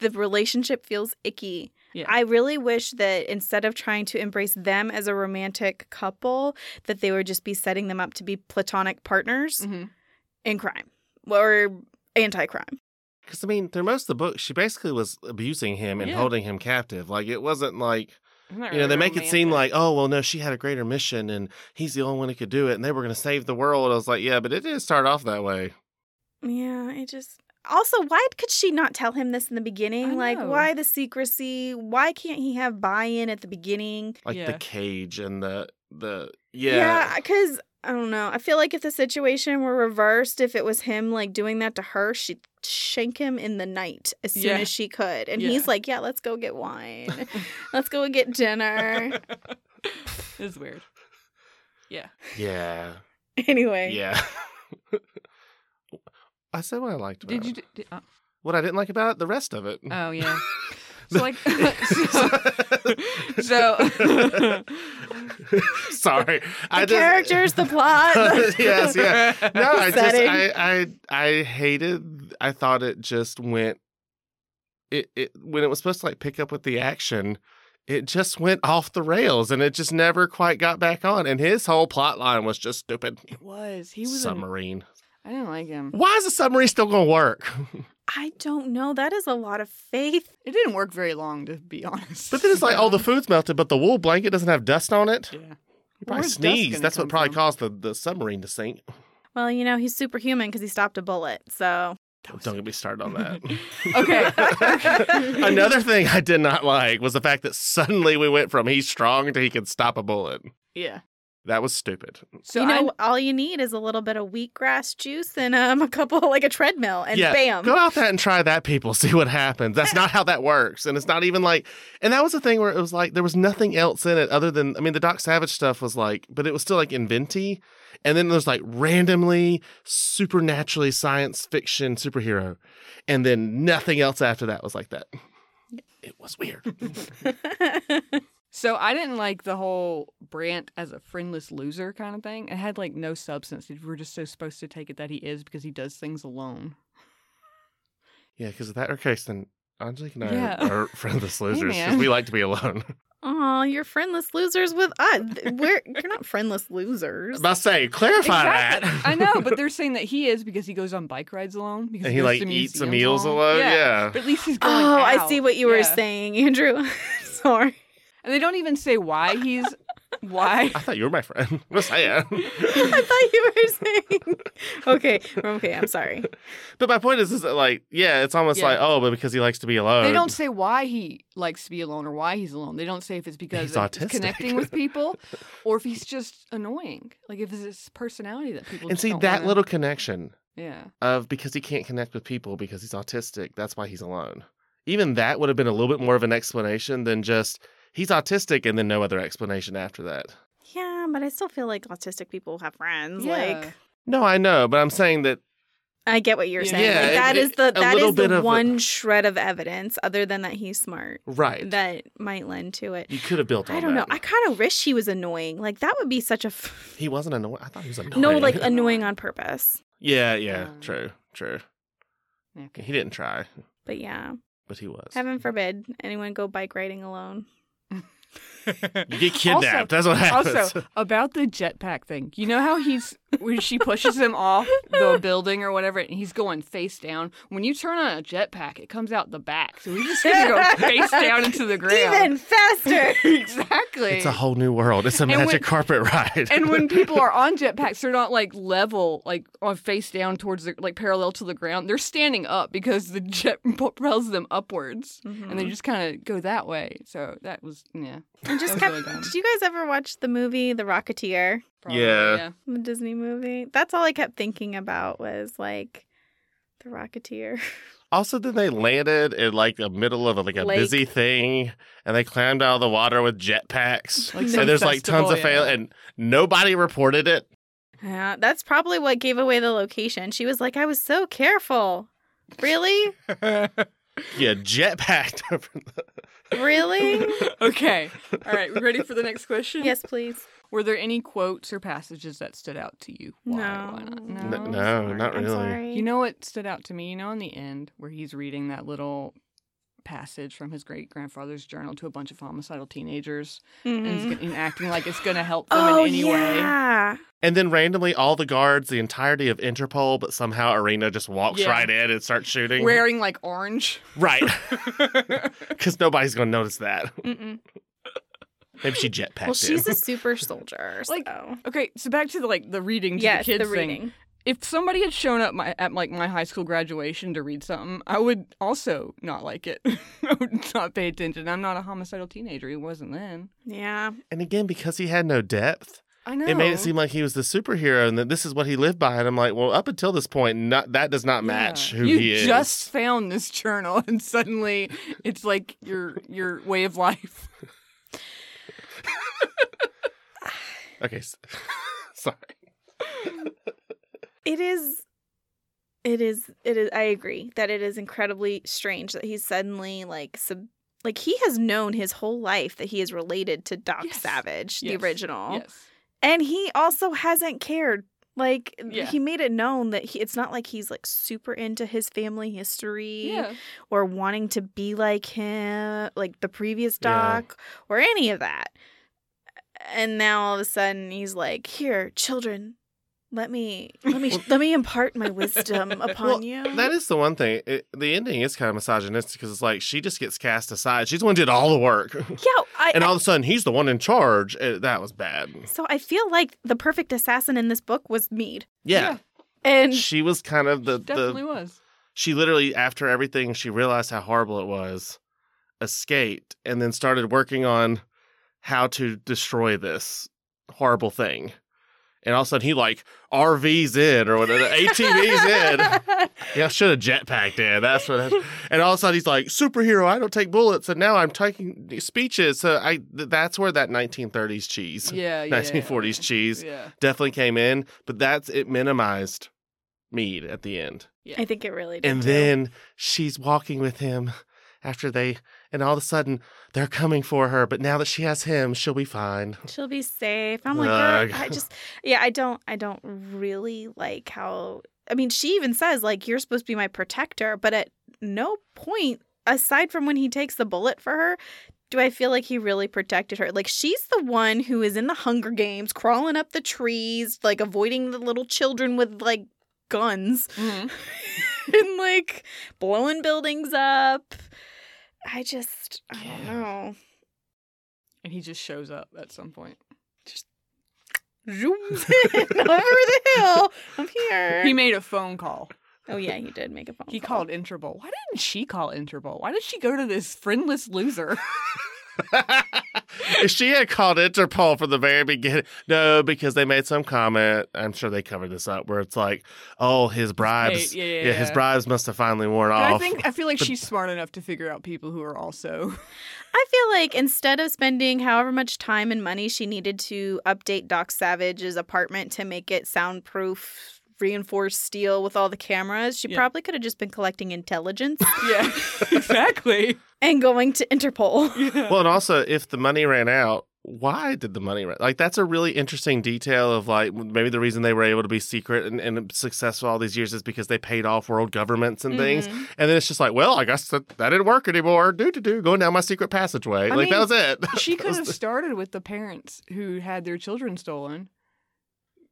[SPEAKER 3] the relationship feels icky
[SPEAKER 1] Yeah.
[SPEAKER 3] i really wish that instead of trying to embrace them as a romantic couple that they would just be setting them up to be platonic partners
[SPEAKER 1] Mhm.
[SPEAKER 3] in crime or anti-crime
[SPEAKER 2] Because I mean, through most of the book, she basically was abusing him and
[SPEAKER 1] Yeah.
[SPEAKER 2] holding him captive. Like it wasn't like
[SPEAKER 1] Isn't that
[SPEAKER 2] you know
[SPEAKER 1] really
[SPEAKER 2] they make it seem
[SPEAKER 1] romantic?
[SPEAKER 2] like oh well no she had a greater mission and he's the only one who could do it and they were going to save the world. I was like yeah, but it didn't start off that way.
[SPEAKER 3] yeah it just also, why could she not tell him this in the beginning?
[SPEAKER 1] I
[SPEAKER 3] Like,
[SPEAKER 1] know.
[SPEAKER 3] why the secrecy? Why can't he have buy-in at the beginning?
[SPEAKER 2] like the
[SPEAKER 1] Yeah.
[SPEAKER 2] cage and the the
[SPEAKER 3] Yeah,
[SPEAKER 2] yeah.
[SPEAKER 3] because I don't know. I feel like if the situation were reversed, if it was him like doing that to her, she'd shank him in the night as soon
[SPEAKER 1] Yeah.
[SPEAKER 3] as she could. And
[SPEAKER 1] Yeah.
[SPEAKER 3] he's like, "Yeah, let's go get
[SPEAKER 2] *laughs*
[SPEAKER 3] wine. *laughs* let's go get dinner." *laughs*
[SPEAKER 1] *laughs* it's weird.
[SPEAKER 2] yeah, yeah,
[SPEAKER 3] anyway,
[SPEAKER 2] I said what I liked. About
[SPEAKER 1] Did you?
[SPEAKER 2] It.
[SPEAKER 1] d- Did, uh,
[SPEAKER 2] What I didn't like about it, the rest of it.
[SPEAKER 1] oh
[SPEAKER 2] *laughs*
[SPEAKER 1] yeah. So like, *laughs* so, so-
[SPEAKER 2] *laughs* Sorry,
[SPEAKER 3] the characters, the plot.
[SPEAKER 2] *laughs* yes, *laughs* yeah.
[SPEAKER 3] *laughs*
[SPEAKER 2] No, I just
[SPEAKER 3] Setting.
[SPEAKER 2] I, I I hated. I thought it just went. It it when it was supposed to like pick up with the action, it just went off the rails and it just never quite got back on. And his whole plot line was just stupid.
[SPEAKER 1] it was. He was. An,
[SPEAKER 2] submarine.
[SPEAKER 1] I didn't like him.
[SPEAKER 2] Why is the submarine still going to work?
[SPEAKER 3] I don't know. That is a lot of faith.
[SPEAKER 1] It didn't work very long, to be *laughs* honest.
[SPEAKER 2] But then it's like,
[SPEAKER 1] *laughs*
[SPEAKER 2] oh, the food's melted, but the wool blanket doesn't have dust on it.
[SPEAKER 1] Yeah.
[SPEAKER 2] You
[SPEAKER 1] Where's
[SPEAKER 2] probably
[SPEAKER 1] dust
[SPEAKER 2] sneezed.
[SPEAKER 1] gonna
[SPEAKER 2] That's what
[SPEAKER 1] come
[SPEAKER 2] probably
[SPEAKER 1] from?
[SPEAKER 2] caused the, the submarine to sink.
[SPEAKER 3] Well, you know, he's superhuman because he stopped a bullet. So
[SPEAKER 1] That was-
[SPEAKER 2] Don't get me started on that.
[SPEAKER 1] Okay.
[SPEAKER 2] *laughs* Another thing I did not like was the fact that suddenly we went from he's strong to he can stop a bullet.
[SPEAKER 1] Yeah.
[SPEAKER 2] That was stupid.
[SPEAKER 1] So
[SPEAKER 3] you know,
[SPEAKER 1] I,
[SPEAKER 3] all you need is a little bit of wheatgrass juice and um, *laughs* a couple, like a treadmill, and
[SPEAKER 2] Yeah,
[SPEAKER 3] bam.
[SPEAKER 2] Go out that and try that, people. *laughs* See what happens. That's not how that works. And it's not even like, and that was the thing where it was like there was nothing else in it other than, I mean, the Doc Savage stuff was like, but it was still like inventy. And then there's like randomly supernaturally science fiction superhero. And then nothing else after that was like that. It was weird. *laughs*
[SPEAKER 1] so I didn't like the whole Brant as a friendless loser kind of thing. It had like no substance. We We're just so supposed to take it that he is because he does things alone.
[SPEAKER 2] Yeah, because of that. Okay, so then Angelique and I
[SPEAKER 1] Yeah.
[SPEAKER 2] are
[SPEAKER 1] *laughs*
[SPEAKER 2] friendless losers because
[SPEAKER 1] man.
[SPEAKER 2] we like to be alone.
[SPEAKER 3] *laughs*
[SPEAKER 2] *laughs*
[SPEAKER 3] Aw, you're friendless losers with us. We're you're not friendless losers. *laughs*
[SPEAKER 2] about to say, clarify
[SPEAKER 1] Exactly.
[SPEAKER 2] that.
[SPEAKER 1] I
[SPEAKER 2] *laughs*
[SPEAKER 1] know, but they're saying that he is because he goes on bike rides alone. Because
[SPEAKER 2] and he
[SPEAKER 1] goes
[SPEAKER 2] like
[SPEAKER 1] to
[SPEAKER 2] eats the
[SPEAKER 1] museums
[SPEAKER 2] meals alone. Yeah.
[SPEAKER 1] *laughs* But at least he's going
[SPEAKER 3] Oh, I
[SPEAKER 1] out.
[SPEAKER 3] see what you were
[SPEAKER 1] Yeah.
[SPEAKER 3] saying, Andrew. *laughs* Sorry.
[SPEAKER 1] And they don't even say why
[SPEAKER 3] *laughs*
[SPEAKER 1] he's why.
[SPEAKER 2] I thought you were my friend. *laughs* I'm
[SPEAKER 1] *laughs*
[SPEAKER 2] just saying.
[SPEAKER 3] I thought you were saying. *laughs* Okay, okay, I'm sorry.
[SPEAKER 2] *laughs* but my point is, is that like, yeah, it's almost
[SPEAKER 1] Yeah.
[SPEAKER 2] like, oh, but because he likes to be alone.
[SPEAKER 1] They don't say why he likes to be alone or why he's alone. They don't say if it's because
[SPEAKER 2] He's
[SPEAKER 1] of
[SPEAKER 2] autistic.
[SPEAKER 1] connecting with
[SPEAKER 2] *laughs*
[SPEAKER 1] people or if he's just annoying. Like if it's his personality that people
[SPEAKER 2] and
[SPEAKER 1] just
[SPEAKER 2] see
[SPEAKER 1] don't
[SPEAKER 2] that
[SPEAKER 1] wanna-
[SPEAKER 2] little connection
[SPEAKER 1] yeah
[SPEAKER 2] of because he can't connect with people because he's autistic. That's why he's alone. Even that would have been a little bit more of an explanation than just he's autistic and then no other explanation after that.
[SPEAKER 3] Yeah, but I still feel like autistic people have friends. Like
[SPEAKER 1] Yeah.
[SPEAKER 2] No, I know, but I'm saying that
[SPEAKER 3] I get what you're
[SPEAKER 1] Yeah.
[SPEAKER 3] saying.
[SPEAKER 1] Yeah,
[SPEAKER 3] like,
[SPEAKER 1] it-
[SPEAKER 3] that is
[SPEAKER 2] it-
[SPEAKER 3] the
[SPEAKER 2] a
[SPEAKER 3] that
[SPEAKER 2] little
[SPEAKER 3] is
[SPEAKER 2] bit
[SPEAKER 3] the
[SPEAKER 2] of a-
[SPEAKER 3] one shred of evidence, other than that he's smart,
[SPEAKER 2] right.
[SPEAKER 3] that might lend to it.
[SPEAKER 2] you could have built on
[SPEAKER 3] I don't know.
[SPEAKER 2] that.
[SPEAKER 3] I kind of wish he was annoying. Like that would be such a f-
[SPEAKER 2] He wasn't annoying. I thought he was annoying.
[SPEAKER 3] no,
[SPEAKER 2] *laughs*
[SPEAKER 3] like
[SPEAKER 1] a-
[SPEAKER 3] annoying on purpose.
[SPEAKER 2] yeah, yeah,
[SPEAKER 1] Um,
[SPEAKER 2] true, true. He *laughs*
[SPEAKER 1] Okay.
[SPEAKER 2] didn't try,
[SPEAKER 3] But yeah,
[SPEAKER 2] but he was.
[SPEAKER 3] heaven forbid anyone go bike riding alone.
[SPEAKER 2] You
[SPEAKER 1] *laughs*
[SPEAKER 2] get kidnapped. That's what happens.
[SPEAKER 1] Also, about the jetpack thing, you know how he's when she pushes him off
[SPEAKER 3] *laughs*
[SPEAKER 1] the building or whatever, and he's going face down. When you turn on a jetpack, it comes out the back, so he's just
[SPEAKER 3] *laughs*
[SPEAKER 1] gonna go face down into the ground.
[SPEAKER 3] Even faster.
[SPEAKER 1] *laughs* exactly.
[SPEAKER 2] it's a whole new world. It's a
[SPEAKER 1] when-
[SPEAKER 2] magic carpet *laughs* ride.
[SPEAKER 1] *laughs* and when people are on jetpacks, they're not like level, like on face down towards the like parallel to the ground. They're standing up because the *laughs* jet propels them upwards, and they
[SPEAKER 2] Mm.
[SPEAKER 3] Mhm.
[SPEAKER 1] just kind of go that way. So that was yeah.
[SPEAKER 3] And just
[SPEAKER 1] That was
[SPEAKER 3] kept.
[SPEAKER 1] really dumb.
[SPEAKER 3] did you guys ever watch the movie The Rocketeer,
[SPEAKER 2] Yeah.
[SPEAKER 3] the Disney movie? That's all I kept thinking about was like The Rocketeer. *laughs*
[SPEAKER 2] also, then they landed in like the middle of like a
[SPEAKER 3] Lake.
[SPEAKER 2] busy thing, and they climbed out of the water with jetpacks.
[SPEAKER 1] Like
[SPEAKER 2] and
[SPEAKER 1] some
[SPEAKER 2] there's like
[SPEAKER 1] festival,
[SPEAKER 2] tons of fail,
[SPEAKER 1] yeah.
[SPEAKER 2] and nobody
[SPEAKER 1] *laughs*
[SPEAKER 2] reported it.
[SPEAKER 3] Yeah, that's probably what gave away the location. She was like, I was so careful. Really?
[SPEAKER 2] Yeah, jetpacked *laughs* over the.
[SPEAKER 1] *laughs*
[SPEAKER 3] Really?
[SPEAKER 1] okay. All right. We ready for the next question?
[SPEAKER 3] yes, please.
[SPEAKER 1] Were there any quotes or passages that stood out to you? Why?
[SPEAKER 3] no.
[SPEAKER 1] Why not?
[SPEAKER 2] N- No, sorry. not
[SPEAKER 3] I'm
[SPEAKER 2] really.
[SPEAKER 3] sorry.
[SPEAKER 1] You know what stood out to me? You know, in the end where he's reading that little passage from his great grandfather's journal to a bunch of homicidal teenagers and, he's
[SPEAKER 3] Mhm.
[SPEAKER 1] gonna- and acting like it's going to help them
[SPEAKER 3] Oh,
[SPEAKER 1] in any way.
[SPEAKER 3] yeah.
[SPEAKER 2] And then randomly, all the guards, the entirety of Interpol, but somehow Arena just walks
[SPEAKER 1] Yeah.
[SPEAKER 2] right in and starts shooting.
[SPEAKER 1] Wearing like orange.
[SPEAKER 2] Right.
[SPEAKER 1] *laughs*
[SPEAKER 2] Because nobody's going to notice that.
[SPEAKER 3] Mm-mm.
[SPEAKER 2] Maybe she jetpacked *laughs*
[SPEAKER 3] Well, she's
[SPEAKER 2] in.
[SPEAKER 3] a super soldier.
[SPEAKER 1] Like,
[SPEAKER 3] so.
[SPEAKER 1] okay, so back to the like the reading to
[SPEAKER 3] yes,
[SPEAKER 1] the kids
[SPEAKER 3] the
[SPEAKER 1] thing.
[SPEAKER 3] reading.
[SPEAKER 1] if somebody had shown up my, at like my high school graduation to read something, I would also not like it. *laughs* I would not pay attention. I'm not a homicidal teenager. He wasn't then.
[SPEAKER 3] Yeah.
[SPEAKER 2] And again, because he had no depth,
[SPEAKER 1] I know.
[SPEAKER 2] it made it seem like he was the superhero and that this is what he lived by. And I'm like, well, up until this point, not, that does not match
[SPEAKER 1] Yeah.
[SPEAKER 2] who
[SPEAKER 1] you
[SPEAKER 2] he is.
[SPEAKER 1] just found this journal, *laughs* and suddenly it's like your your way of life.
[SPEAKER 2] Okay. s- *laughs* Sorry.
[SPEAKER 3] It is it is it is I agree that it is incredibly strange that he's suddenly like sub like he has known his whole life that he is related to Doc
[SPEAKER 1] Yes.
[SPEAKER 3] Savage,
[SPEAKER 1] Yes.
[SPEAKER 3] the original.
[SPEAKER 1] Yes.
[SPEAKER 3] And he also hasn't cared. Like
[SPEAKER 1] Yeah.
[SPEAKER 3] he made it known that he, it's not like he's like super into his family history
[SPEAKER 1] Yeah.
[SPEAKER 3] or wanting to be like him, like the previous
[SPEAKER 2] Yeah.
[SPEAKER 3] doc or any of that. And now all of a sudden he's like, "Here, children, let me
[SPEAKER 2] *laughs*
[SPEAKER 3] let me let me impart my wisdom upon
[SPEAKER 2] Well,
[SPEAKER 3] you."
[SPEAKER 2] That is the one thing. It, the ending is kind of misogynistic because it's like she just gets cast aside. She's the one who did all
[SPEAKER 1] *laughs*
[SPEAKER 2] the work.
[SPEAKER 3] yeah, I,
[SPEAKER 2] and all of a sudden, he's the one in charge. Uh, that was bad.
[SPEAKER 3] so I feel like the perfect assassin in this book was Mead.
[SPEAKER 2] Yeah.
[SPEAKER 1] *laughs*
[SPEAKER 3] And
[SPEAKER 2] She was kind of the,
[SPEAKER 1] Definitely
[SPEAKER 2] the.
[SPEAKER 1] was.
[SPEAKER 2] She literally, after everything, she realized how horrible it was, escaped, and then started working on how to destroy this horrible thing. And all of a sudden, he like RVs in or
[SPEAKER 1] *laughs*
[SPEAKER 2] whatever, ATVs in. Yeah, I should have jetpacked in. That's what.
[SPEAKER 1] *laughs*
[SPEAKER 2] I, and all of a sudden he's like, "Superhero, I don't take bullets." And now I'm taking speeches. So I, th- that's where that 1930s cheese,
[SPEAKER 1] Yeah. Yeah.
[SPEAKER 2] 1940s cheese,
[SPEAKER 1] Yeah.
[SPEAKER 2] definitely came in. But that's it minimized Mead at the end.
[SPEAKER 3] I think it really did.
[SPEAKER 2] And
[SPEAKER 3] too.
[SPEAKER 2] then she's walking with him after they, and all of a sudden they're coming for her. But now that she has him, she'll
[SPEAKER 1] *laughs*
[SPEAKER 2] be fine.
[SPEAKER 3] she'll be safe. I'm like,
[SPEAKER 2] Ugh.
[SPEAKER 3] "God,
[SPEAKER 2] *laughs*
[SPEAKER 3] I just yeah, I don't I don't really like how I mean, she even says like you're supposed to be my protector, but at no point aside from when he takes the bullet for her do I feel like he really protected her. Like she's the one who is in the Hunger Games crawling up the trees, like avoiding the little children with like guns *laughs*
[SPEAKER 1] Mhm.
[SPEAKER 3] and like blowing buildings up. I just I don't
[SPEAKER 2] Yeah.
[SPEAKER 3] know. *laughs*
[SPEAKER 1] And he just shows up at some point.
[SPEAKER 3] zooms in over the hill.
[SPEAKER 2] *laughs*
[SPEAKER 3] I'm here.
[SPEAKER 1] *laughs* He made a phone call.
[SPEAKER 3] oh yeah, he did make a phone.
[SPEAKER 1] He
[SPEAKER 3] call.
[SPEAKER 1] called Interpol. Why didn't she call Interpol? Why did she go to this friendless loser?
[SPEAKER 2] if she had called Interpol from the very beginning, no, because they made some comment. I'm sure they covered this up where it's like, oh, his *laughs* bribes,
[SPEAKER 1] yeah, yeah,
[SPEAKER 2] his
[SPEAKER 1] yeah.
[SPEAKER 2] bribes must have finally worn
[SPEAKER 1] But I
[SPEAKER 2] off.
[SPEAKER 1] think I feel like she's smart enough to figure out people who are also
[SPEAKER 3] I feel like instead of spending however much time and money she needed to update Doc Savage's apartment to make it soundproof, reinforced steel with all the cameras, she
[SPEAKER 1] Yeah.
[SPEAKER 3] probably could have just been collecting intelligence *laughs*
[SPEAKER 1] Yeah. exactly.
[SPEAKER 3] and going to *laughs* Interpol.
[SPEAKER 1] Yeah.
[SPEAKER 2] well, and also, if the money ran out, why did the money run? Like, that's a really interesting detail of like maybe the reason they were able to be secret and, and successful all these years is because they paid off world governments
[SPEAKER 1] Mm-hmm.
[SPEAKER 2] and things.
[SPEAKER 3] Mhm.
[SPEAKER 2] And then it's just like, well, I guess that, that didn't work anymore. Do do do, going down my secret passageway.
[SPEAKER 1] I
[SPEAKER 2] like
[SPEAKER 1] mean,
[SPEAKER 2] that was it. *laughs*
[SPEAKER 1] she
[SPEAKER 2] That
[SPEAKER 1] could
[SPEAKER 2] was
[SPEAKER 1] have
[SPEAKER 2] the-
[SPEAKER 1] started with the parents who had their children stolen.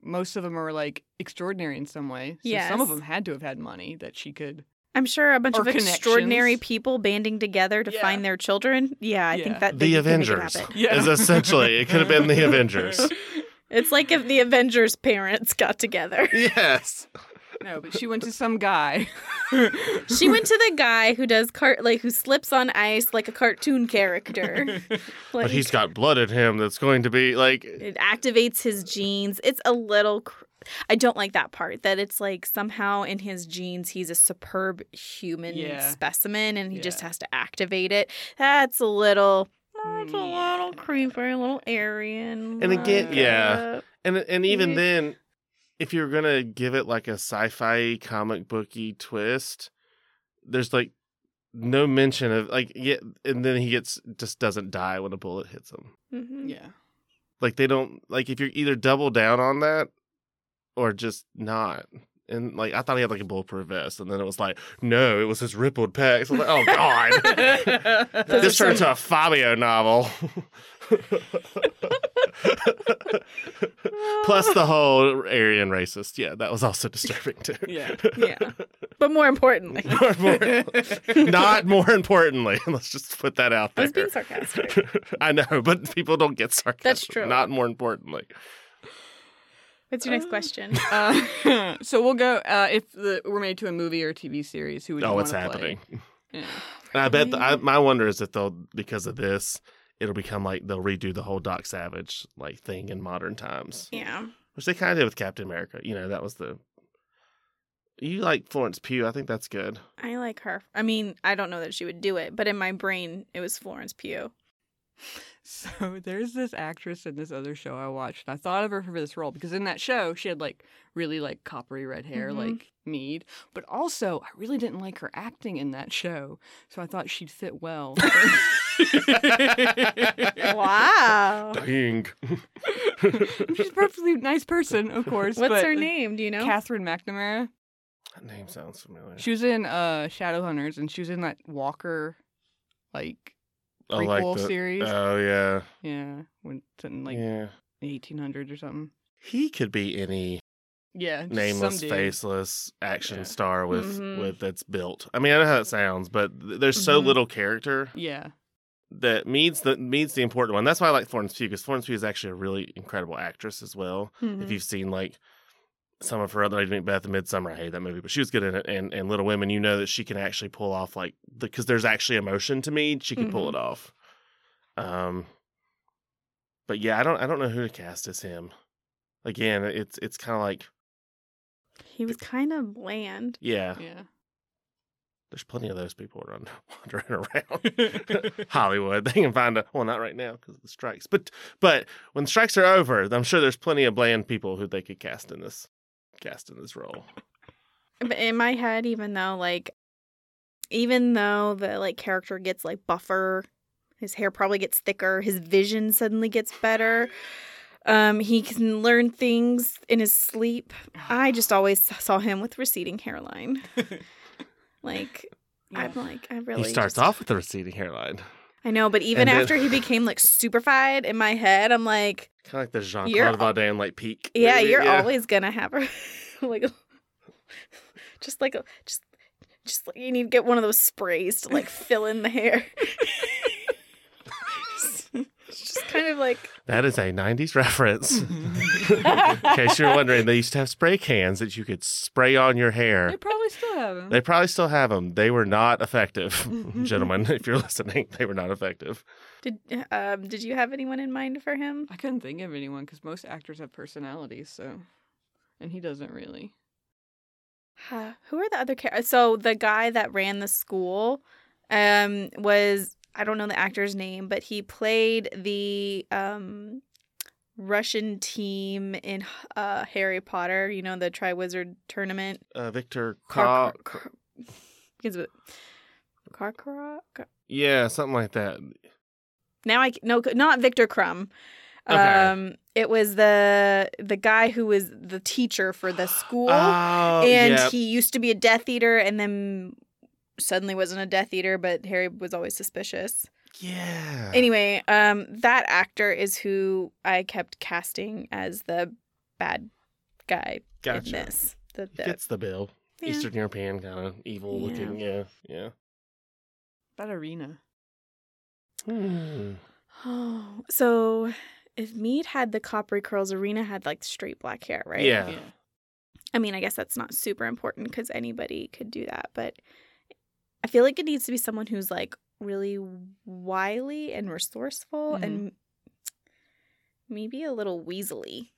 [SPEAKER 1] Most of them are like extraordinary in some way. So some of
[SPEAKER 3] Yes.
[SPEAKER 1] them had to have had money that she could.
[SPEAKER 3] I'm sure a bunch
[SPEAKER 1] Or
[SPEAKER 3] of extraordinary
[SPEAKER 1] connections.
[SPEAKER 3] people banding together to
[SPEAKER 1] Yeah.
[SPEAKER 3] find their children. Yeah, I
[SPEAKER 1] Yeah.
[SPEAKER 3] think that they
[SPEAKER 2] the
[SPEAKER 3] could make it
[SPEAKER 2] Avengers
[SPEAKER 3] happen.
[SPEAKER 1] Yeah.
[SPEAKER 2] is essentially it could have been the Avengers.
[SPEAKER 3] It's like if the Avengers parents got together.
[SPEAKER 2] *laughs* yes.
[SPEAKER 1] No, but she went to some guy.
[SPEAKER 3] She went to the guy who does cart like who slips on ice like a cartoon character. *laughs*
[SPEAKER 2] *laughs*
[SPEAKER 3] Like,
[SPEAKER 2] But he's got blood in him that's going to be like
[SPEAKER 3] it activates his genes. It's a little. Cr- I don't like that part that it's like somehow in his genes he's a superb human
[SPEAKER 1] Yeah.
[SPEAKER 3] specimen and he just
[SPEAKER 1] Yeah.
[SPEAKER 3] has to activate it. That's a little. That's a
[SPEAKER 2] Mm.
[SPEAKER 1] Yeah.
[SPEAKER 3] little creepy, a little Aryan.
[SPEAKER 2] And again-
[SPEAKER 3] like,
[SPEAKER 2] yeah. and and even
[SPEAKER 3] Mhm.
[SPEAKER 2] then if you're going to give it like a sci-fi comic booky twist, there's like no mention of like yeah and then he gets just doesn't die when a bullet hits him.
[SPEAKER 3] uh,
[SPEAKER 1] *laughs*
[SPEAKER 3] mhm. *laughs*
[SPEAKER 1] yeah.
[SPEAKER 2] Like they don't like if you're either double down on that or just not. And like I thought he had like a bulletproof vest, and then it was like, no, it was his rippled pecs. I was like,
[SPEAKER 1] *laughs*
[SPEAKER 2] oh god.
[SPEAKER 3] Those
[SPEAKER 2] this
[SPEAKER 3] are
[SPEAKER 2] turned
[SPEAKER 3] some-
[SPEAKER 2] into a Fabio novel. Plus the whole Aryan racist. Yeah, that was also disturbing too.
[SPEAKER 1] Yeah.
[SPEAKER 3] *laughs* yeah. But more importantly,
[SPEAKER 2] *laughs* More- more- not more importantly, *laughs* let's just put that out
[SPEAKER 3] I
[SPEAKER 2] there.
[SPEAKER 3] was being sarcastic.
[SPEAKER 2] *laughs* I know, but people don't get sarcasm.
[SPEAKER 3] That's true.
[SPEAKER 2] Not more importantly.
[SPEAKER 3] What's your next
[SPEAKER 1] Uh,
[SPEAKER 2] *laughs*
[SPEAKER 3] question?
[SPEAKER 1] Uh, so we'll go uh, if the, we're made to a movie or a TV series. Who would you
[SPEAKER 2] Oh,
[SPEAKER 1] want
[SPEAKER 2] it's
[SPEAKER 1] to play?
[SPEAKER 2] happening.
[SPEAKER 1] Yeah.
[SPEAKER 2] And I bet the, I,
[SPEAKER 3] Really?
[SPEAKER 2] my wonder is that they'll because of this, it'll become like they'll redo the whole Doc Savage like thing in modern times,
[SPEAKER 3] yeah.
[SPEAKER 2] which they kind of did with Captain America. You know, that was the. You like Florence Pugh? I think
[SPEAKER 1] *laughs*
[SPEAKER 2] that's good.
[SPEAKER 3] I like her. I mean, I don't know that she would do it, but in my brain, it was Florence Pugh.
[SPEAKER 1] So there's this actress in this other show I watched. and I thought of her for this role because in that show she had like really like coppery red hair,
[SPEAKER 3] Mhm.
[SPEAKER 1] like Mead. But also I really didn't like her acting in that show, so I thought she'd fit
[SPEAKER 3] *laughs*
[SPEAKER 1] well. *laughs*
[SPEAKER 2] *laughs*
[SPEAKER 3] Wow.
[SPEAKER 2] Dang.
[SPEAKER 1] *laughs*
[SPEAKER 2] *laughs*
[SPEAKER 1] She's a perfectly nice person, of course.
[SPEAKER 3] What's
[SPEAKER 1] but- uh,
[SPEAKER 3] her name? Do you know?
[SPEAKER 1] Catherine McNamara.
[SPEAKER 2] that name sounds familiar.
[SPEAKER 1] She was in uh, Shadowhunters, and she was in that Walker, like
[SPEAKER 2] Oh,
[SPEAKER 1] prequel
[SPEAKER 2] like the-
[SPEAKER 1] series.
[SPEAKER 2] Oh yeah,
[SPEAKER 1] yeah, when it's in like
[SPEAKER 2] yeah.
[SPEAKER 1] the 1800s or something.
[SPEAKER 2] He could be any
[SPEAKER 1] Yeah, just
[SPEAKER 2] nameless,
[SPEAKER 1] some dude.
[SPEAKER 2] faceless action
[SPEAKER 1] Yeah.
[SPEAKER 2] star with
[SPEAKER 3] Mhm.
[SPEAKER 2] with that's built. I mean, I know how that sounds, but th- there's so
[SPEAKER 1] Mhm.
[SPEAKER 2] little character
[SPEAKER 1] Yeah,
[SPEAKER 2] that means the means the important one. That's why I like Florence Pugh because Florence Pugh is actually a really incredible actress as well.
[SPEAKER 3] Hmm.
[SPEAKER 2] If
[SPEAKER 3] Mm-hmm.
[SPEAKER 2] you've seen like some of her other like Macbeth and Midsummer, I hate that movie, but she was good in it. And, and Little Women, you know that she can actually pull off like because there's actually emotion to me. She can pull
[SPEAKER 3] Mhm.
[SPEAKER 2] it off. Um, but yeah, I don't I don't know who to cast as him. Again, it's it's kind of like
[SPEAKER 3] He was kind of bland.
[SPEAKER 2] yeah,
[SPEAKER 1] yeah.
[SPEAKER 2] there's plenty of those people around *laughs* wandering around *laughs* Hollywood. They can find a well, not right now because of the strikes, but but when strikes are over, I'm sure there's plenty of bland people who they could cast in this cast in this role.
[SPEAKER 3] But in my head, even though like, even though the like character gets like buffer, his hair probably gets thicker, his vision suddenly gets better. Um, he can learn things in his sleep. *sighs* I just always saw him with receding hairline. Like I'm like I really
[SPEAKER 2] he starts
[SPEAKER 3] just-
[SPEAKER 2] off with a receding hairline,
[SPEAKER 3] I know, but even
[SPEAKER 2] then-
[SPEAKER 3] after he became like superfied in my head, I'm like,
[SPEAKER 2] kind of like the Jean
[SPEAKER 3] You're-
[SPEAKER 2] Claude Van Damme like peak.
[SPEAKER 3] yeah,
[SPEAKER 2] maybe,
[SPEAKER 3] you're always gonna have her, *laughs* like, just like a just. Just like you need to get one of those sprays to like fill in the hair. *laughs* it's just kind of like
[SPEAKER 2] that is a
[SPEAKER 1] *laughs*
[SPEAKER 2] '90s reference. *laughs*
[SPEAKER 3] Mm-hmm.
[SPEAKER 2] in case you're wondering, they used to have spray cans that you could spray on your hair.
[SPEAKER 1] They probably still have him.
[SPEAKER 2] They probably still have them. They were not effective, *laughs*
[SPEAKER 3] Mm-hmm.
[SPEAKER 2] gentlemen. If you're listening, they were not effective.
[SPEAKER 3] did um did you have anyone in mind for him?
[SPEAKER 1] I couldn't think of anyone because most actors have personalities, so and he doesn't really.
[SPEAKER 3] Huh, Who are the other characters? So the guy that ran the school um, was I don't know the actor's name, but he played the um, Russian team in uh, Harry Potter. You know the Triwizard Tournament.
[SPEAKER 2] uh, Victor
[SPEAKER 3] Car-
[SPEAKER 2] Car-
[SPEAKER 3] car- *laughs* car- begins with Karkaroff. Kar-
[SPEAKER 2] yeah, something like that.
[SPEAKER 3] Now I c- no not Victor Crumb.
[SPEAKER 2] Okay.
[SPEAKER 3] Um, it was the the guy who was the teacher for the school.
[SPEAKER 2] Oh,
[SPEAKER 3] and
[SPEAKER 2] yeah.
[SPEAKER 3] he used to be a Death Eater, and then suddenly wasn't a Death Eater, but Harry was always suspicious.
[SPEAKER 2] yeah.
[SPEAKER 3] Anyway, um, that actor is who I kept casting as the bad guy
[SPEAKER 2] gotcha.
[SPEAKER 3] in this. The, the-
[SPEAKER 2] Fits the bill.
[SPEAKER 3] yeah.
[SPEAKER 2] Eastern European kind of evil
[SPEAKER 3] Yeah.
[SPEAKER 2] looking. Yeah, yeah.
[SPEAKER 1] Ballerina.
[SPEAKER 2] Hmm.
[SPEAKER 3] Oh, *gasps* so if Mead had the coppery curls, Arena had like straight black hair, right?
[SPEAKER 2] Yeah.
[SPEAKER 3] I mean, I guess that's not super important because anybody could do that, but I feel like it needs to be someone who's like really wily and resourceful and maybe a little weaselly.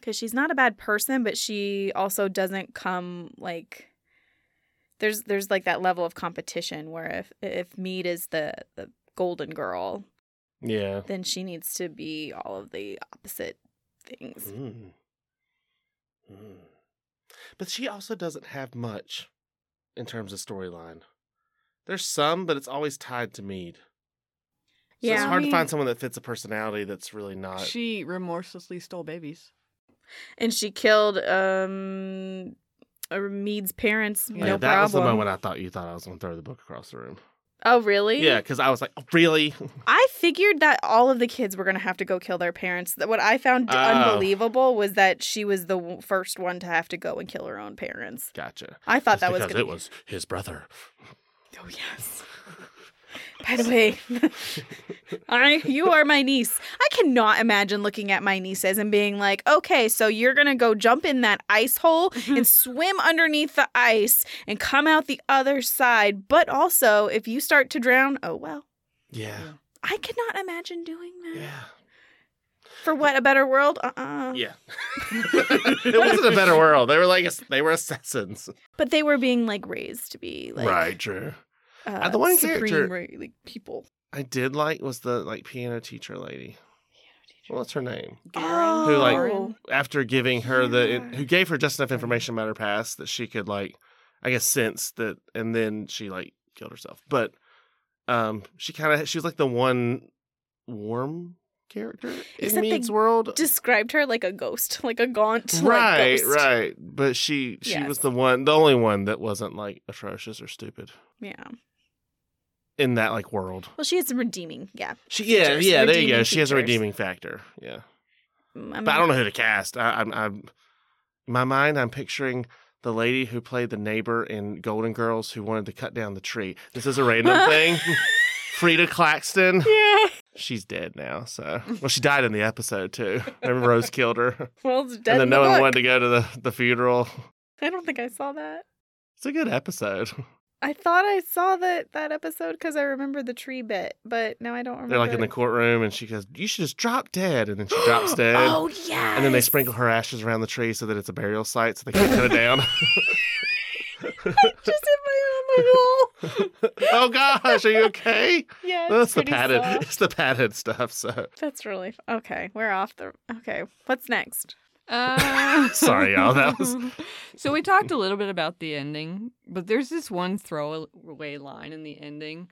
[SPEAKER 3] Because she's not a bad person, but she also doesn't come like there's there's like that level of competition where if if Mead is the the golden girl,
[SPEAKER 2] Yeah.
[SPEAKER 3] then she needs to be all of the opposite things.
[SPEAKER 2] Mm. Mm. But she also doesn't have much in terms of storyline. There's some, but it's always tied to Mead. So it's
[SPEAKER 3] I
[SPEAKER 2] hard
[SPEAKER 3] mean-
[SPEAKER 2] to find someone that fits a personality that's really not.
[SPEAKER 1] She remorselessly stole
[SPEAKER 3] *laughs*
[SPEAKER 1] babies.
[SPEAKER 3] and she killed um uh, Mead's parents.
[SPEAKER 1] Yeah,
[SPEAKER 2] Yeah,
[SPEAKER 3] no
[SPEAKER 2] that
[SPEAKER 3] problem.
[SPEAKER 2] was the moment I thought you thought I was going to throw the book across the room.
[SPEAKER 3] oh, really?
[SPEAKER 2] Yeah, because I was like, oh, really? *laughs*
[SPEAKER 3] I figured that all of the kids were gonna have to go kill their parents. That What I found
[SPEAKER 2] Oh.
[SPEAKER 3] unbelievable was that she was the w- first one to have to go and kill her own parents.
[SPEAKER 2] Gotcha.
[SPEAKER 3] I
[SPEAKER 2] That's
[SPEAKER 3] thought that was
[SPEAKER 2] because
[SPEAKER 3] gonna.
[SPEAKER 2] it was his brother.
[SPEAKER 3] Oh yes. Oh, By the way, *laughs* I you are my niece. I cannot imagine looking at my nieces and being like, "Okay, so you're going to go jump in that ice hole
[SPEAKER 2] *laughs*
[SPEAKER 3] and swim underneath the ice and come out the other side, but also if you start to drown, oh well."
[SPEAKER 2] Yeah.
[SPEAKER 3] I cannot imagine doing that.
[SPEAKER 2] Yeah.
[SPEAKER 3] For what a better world? Uh-uh.
[SPEAKER 2] Yeah. *laughs*
[SPEAKER 1] *laughs*
[SPEAKER 2] it wasn't a better world. They were like they were assassins.
[SPEAKER 3] But they were being like raised to be like
[SPEAKER 2] right, true.
[SPEAKER 3] uh,
[SPEAKER 2] the one
[SPEAKER 3] supreme
[SPEAKER 2] character-
[SPEAKER 3] ra- like people.
[SPEAKER 2] I did like was the like piano teacher lady. What's her name?
[SPEAKER 1] Garen?
[SPEAKER 2] Who, like-
[SPEAKER 1] Garen?
[SPEAKER 2] After giving her the
[SPEAKER 3] Yeah.
[SPEAKER 2] who gave her just enough information about her past that she could like I guess sense that and then she like killed herself. But um she kind of she was like the one warm character in
[SPEAKER 3] Except they
[SPEAKER 2] Mead's world.
[SPEAKER 3] described her like a ghost, *laughs* like a gaunt like,
[SPEAKER 2] right,
[SPEAKER 3] ghost.
[SPEAKER 2] right. But she she
[SPEAKER 3] Yes.
[SPEAKER 2] was the one the only one that wasn't like atrocious or stupid
[SPEAKER 3] Yeah.
[SPEAKER 2] in that like world.
[SPEAKER 3] Well, she had some redeeming. Yeah.
[SPEAKER 2] She yeah,
[SPEAKER 3] Features,
[SPEAKER 2] yeah, there you go.
[SPEAKER 3] redeeming
[SPEAKER 2] She has a
[SPEAKER 3] features.
[SPEAKER 2] redeeming factor. Yeah.
[SPEAKER 3] Mm, I
[SPEAKER 2] But I
[SPEAKER 3] mean-
[SPEAKER 2] don't know who to cast. I, I'm, I'm, in my mind, I'm picturing the lady who played the neighbor in Golden Girls who wanted to cut down the tree. This is a
[SPEAKER 3] *laughs*
[SPEAKER 2] random thing. Frida Claxton.
[SPEAKER 3] Yeah.
[SPEAKER 2] She's dead now. So, well, she died in the episode too. Remember Rose killed her,
[SPEAKER 3] Well, it's
[SPEAKER 2] and
[SPEAKER 3] dead.
[SPEAKER 2] then
[SPEAKER 3] in
[SPEAKER 2] no
[SPEAKER 3] the
[SPEAKER 2] one
[SPEAKER 3] book.
[SPEAKER 2] wanted to go to the the funeral.
[SPEAKER 3] I don't think I saw that.
[SPEAKER 2] It's a good episode.
[SPEAKER 3] Oh I thought I saw that that episode because I remember the tree bit, but now I don't remember.
[SPEAKER 2] They're like in the courtroom, and she goes, "You should just drop dead," and then she
[SPEAKER 3] *gasps*
[SPEAKER 2] drops dead.
[SPEAKER 3] Oh yeah.
[SPEAKER 2] And then they sprinkle her ashes around the tree so that it's a burial site, so they can cut it down. *laughs*
[SPEAKER 3] *laughs* Just hit my own
[SPEAKER 2] *laughs*
[SPEAKER 3] wall.
[SPEAKER 2] oh gosh, are you okay?
[SPEAKER 3] *laughs* Yeah.
[SPEAKER 2] Well,
[SPEAKER 3] it's
[SPEAKER 2] it's the
[SPEAKER 3] pretty
[SPEAKER 2] padded,
[SPEAKER 3] soft.
[SPEAKER 2] it's the padded stuff. So
[SPEAKER 3] That's really f- okay. We're off the. Okay, what's next?
[SPEAKER 1] Uh,
[SPEAKER 2] *laughs* Sorry, y'all, that was-
[SPEAKER 1] *laughs* so we talked a little bit about the ending, but there's this one throwaway line in the ending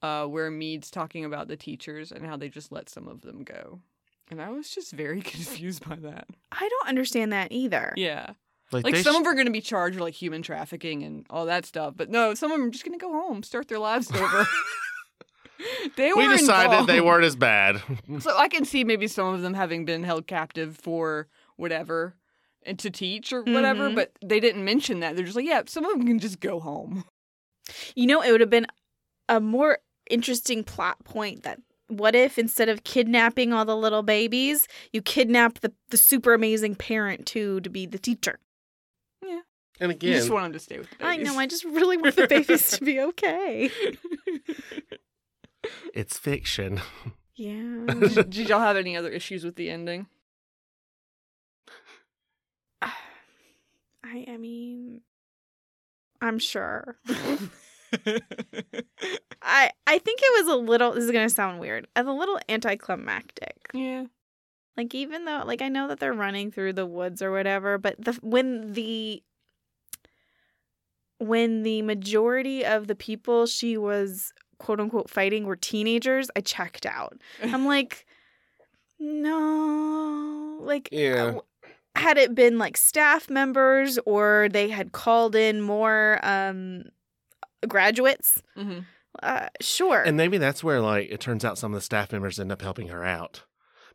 [SPEAKER 1] uh, where Mead's talking about the teachers and how they just let some of them go. And I was just very *laughs* confused by that.
[SPEAKER 3] I don't understand that either.
[SPEAKER 1] Yeah. Like
[SPEAKER 2] they
[SPEAKER 1] some
[SPEAKER 2] sh-
[SPEAKER 1] of them are going to be charged with like human trafficking and all that stuff, but no, some of them are just going to go home, start their lives
[SPEAKER 2] *laughs*
[SPEAKER 1] over. they
[SPEAKER 2] we
[SPEAKER 1] were
[SPEAKER 2] decided they
[SPEAKER 1] involved.
[SPEAKER 2] weren't as bad.
[SPEAKER 1] So I can see maybe some of them having been held captive for whatever and to teach or whatever,
[SPEAKER 3] Mhm.
[SPEAKER 1] but they didn't mention that. They're just like, yeah, some of them can just go home. *laughs*
[SPEAKER 3] You know, it would have been a more interesting plot point that what if instead of kidnapping all the little babies, you kidnap the, the super amazing parent too to be the teacher?
[SPEAKER 2] *laughs* And
[SPEAKER 1] You
[SPEAKER 2] again,
[SPEAKER 1] just want them to stay with the
[SPEAKER 3] I
[SPEAKER 1] babies.
[SPEAKER 3] know, I just really want the babies
[SPEAKER 1] *laughs*
[SPEAKER 3] to be okay.
[SPEAKER 2] it's fiction.
[SPEAKER 3] Yeah.
[SPEAKER 1] *laughs*
[SPEAKER 2] *laughs*
[SPEAKER 1] Did- Did y'all have any other issues with the ending?
[SPEAKER 3] *sighs* I I mean I'm sure. I I think it was a little this is gonna sound weird. A little anticlimactic.
[SPEAKER 1] yeah.
[SPEAKER 3] Like even though like I know that they're running through the woods or whatever, but the when the when the majority of the people she was quote unquote fighting were teenagers, I checked out. I'm like no. Like
[SPEAKER 2] Yeah.
[SPEAKER 3] had it been like staff members or they had called in more um graduates,
[SPEAKER 1] hmm
[SPEAKER 3] uh sure.
[SPEAKER 2] And maybe that's where like it turns out some of the staff members end up helping her out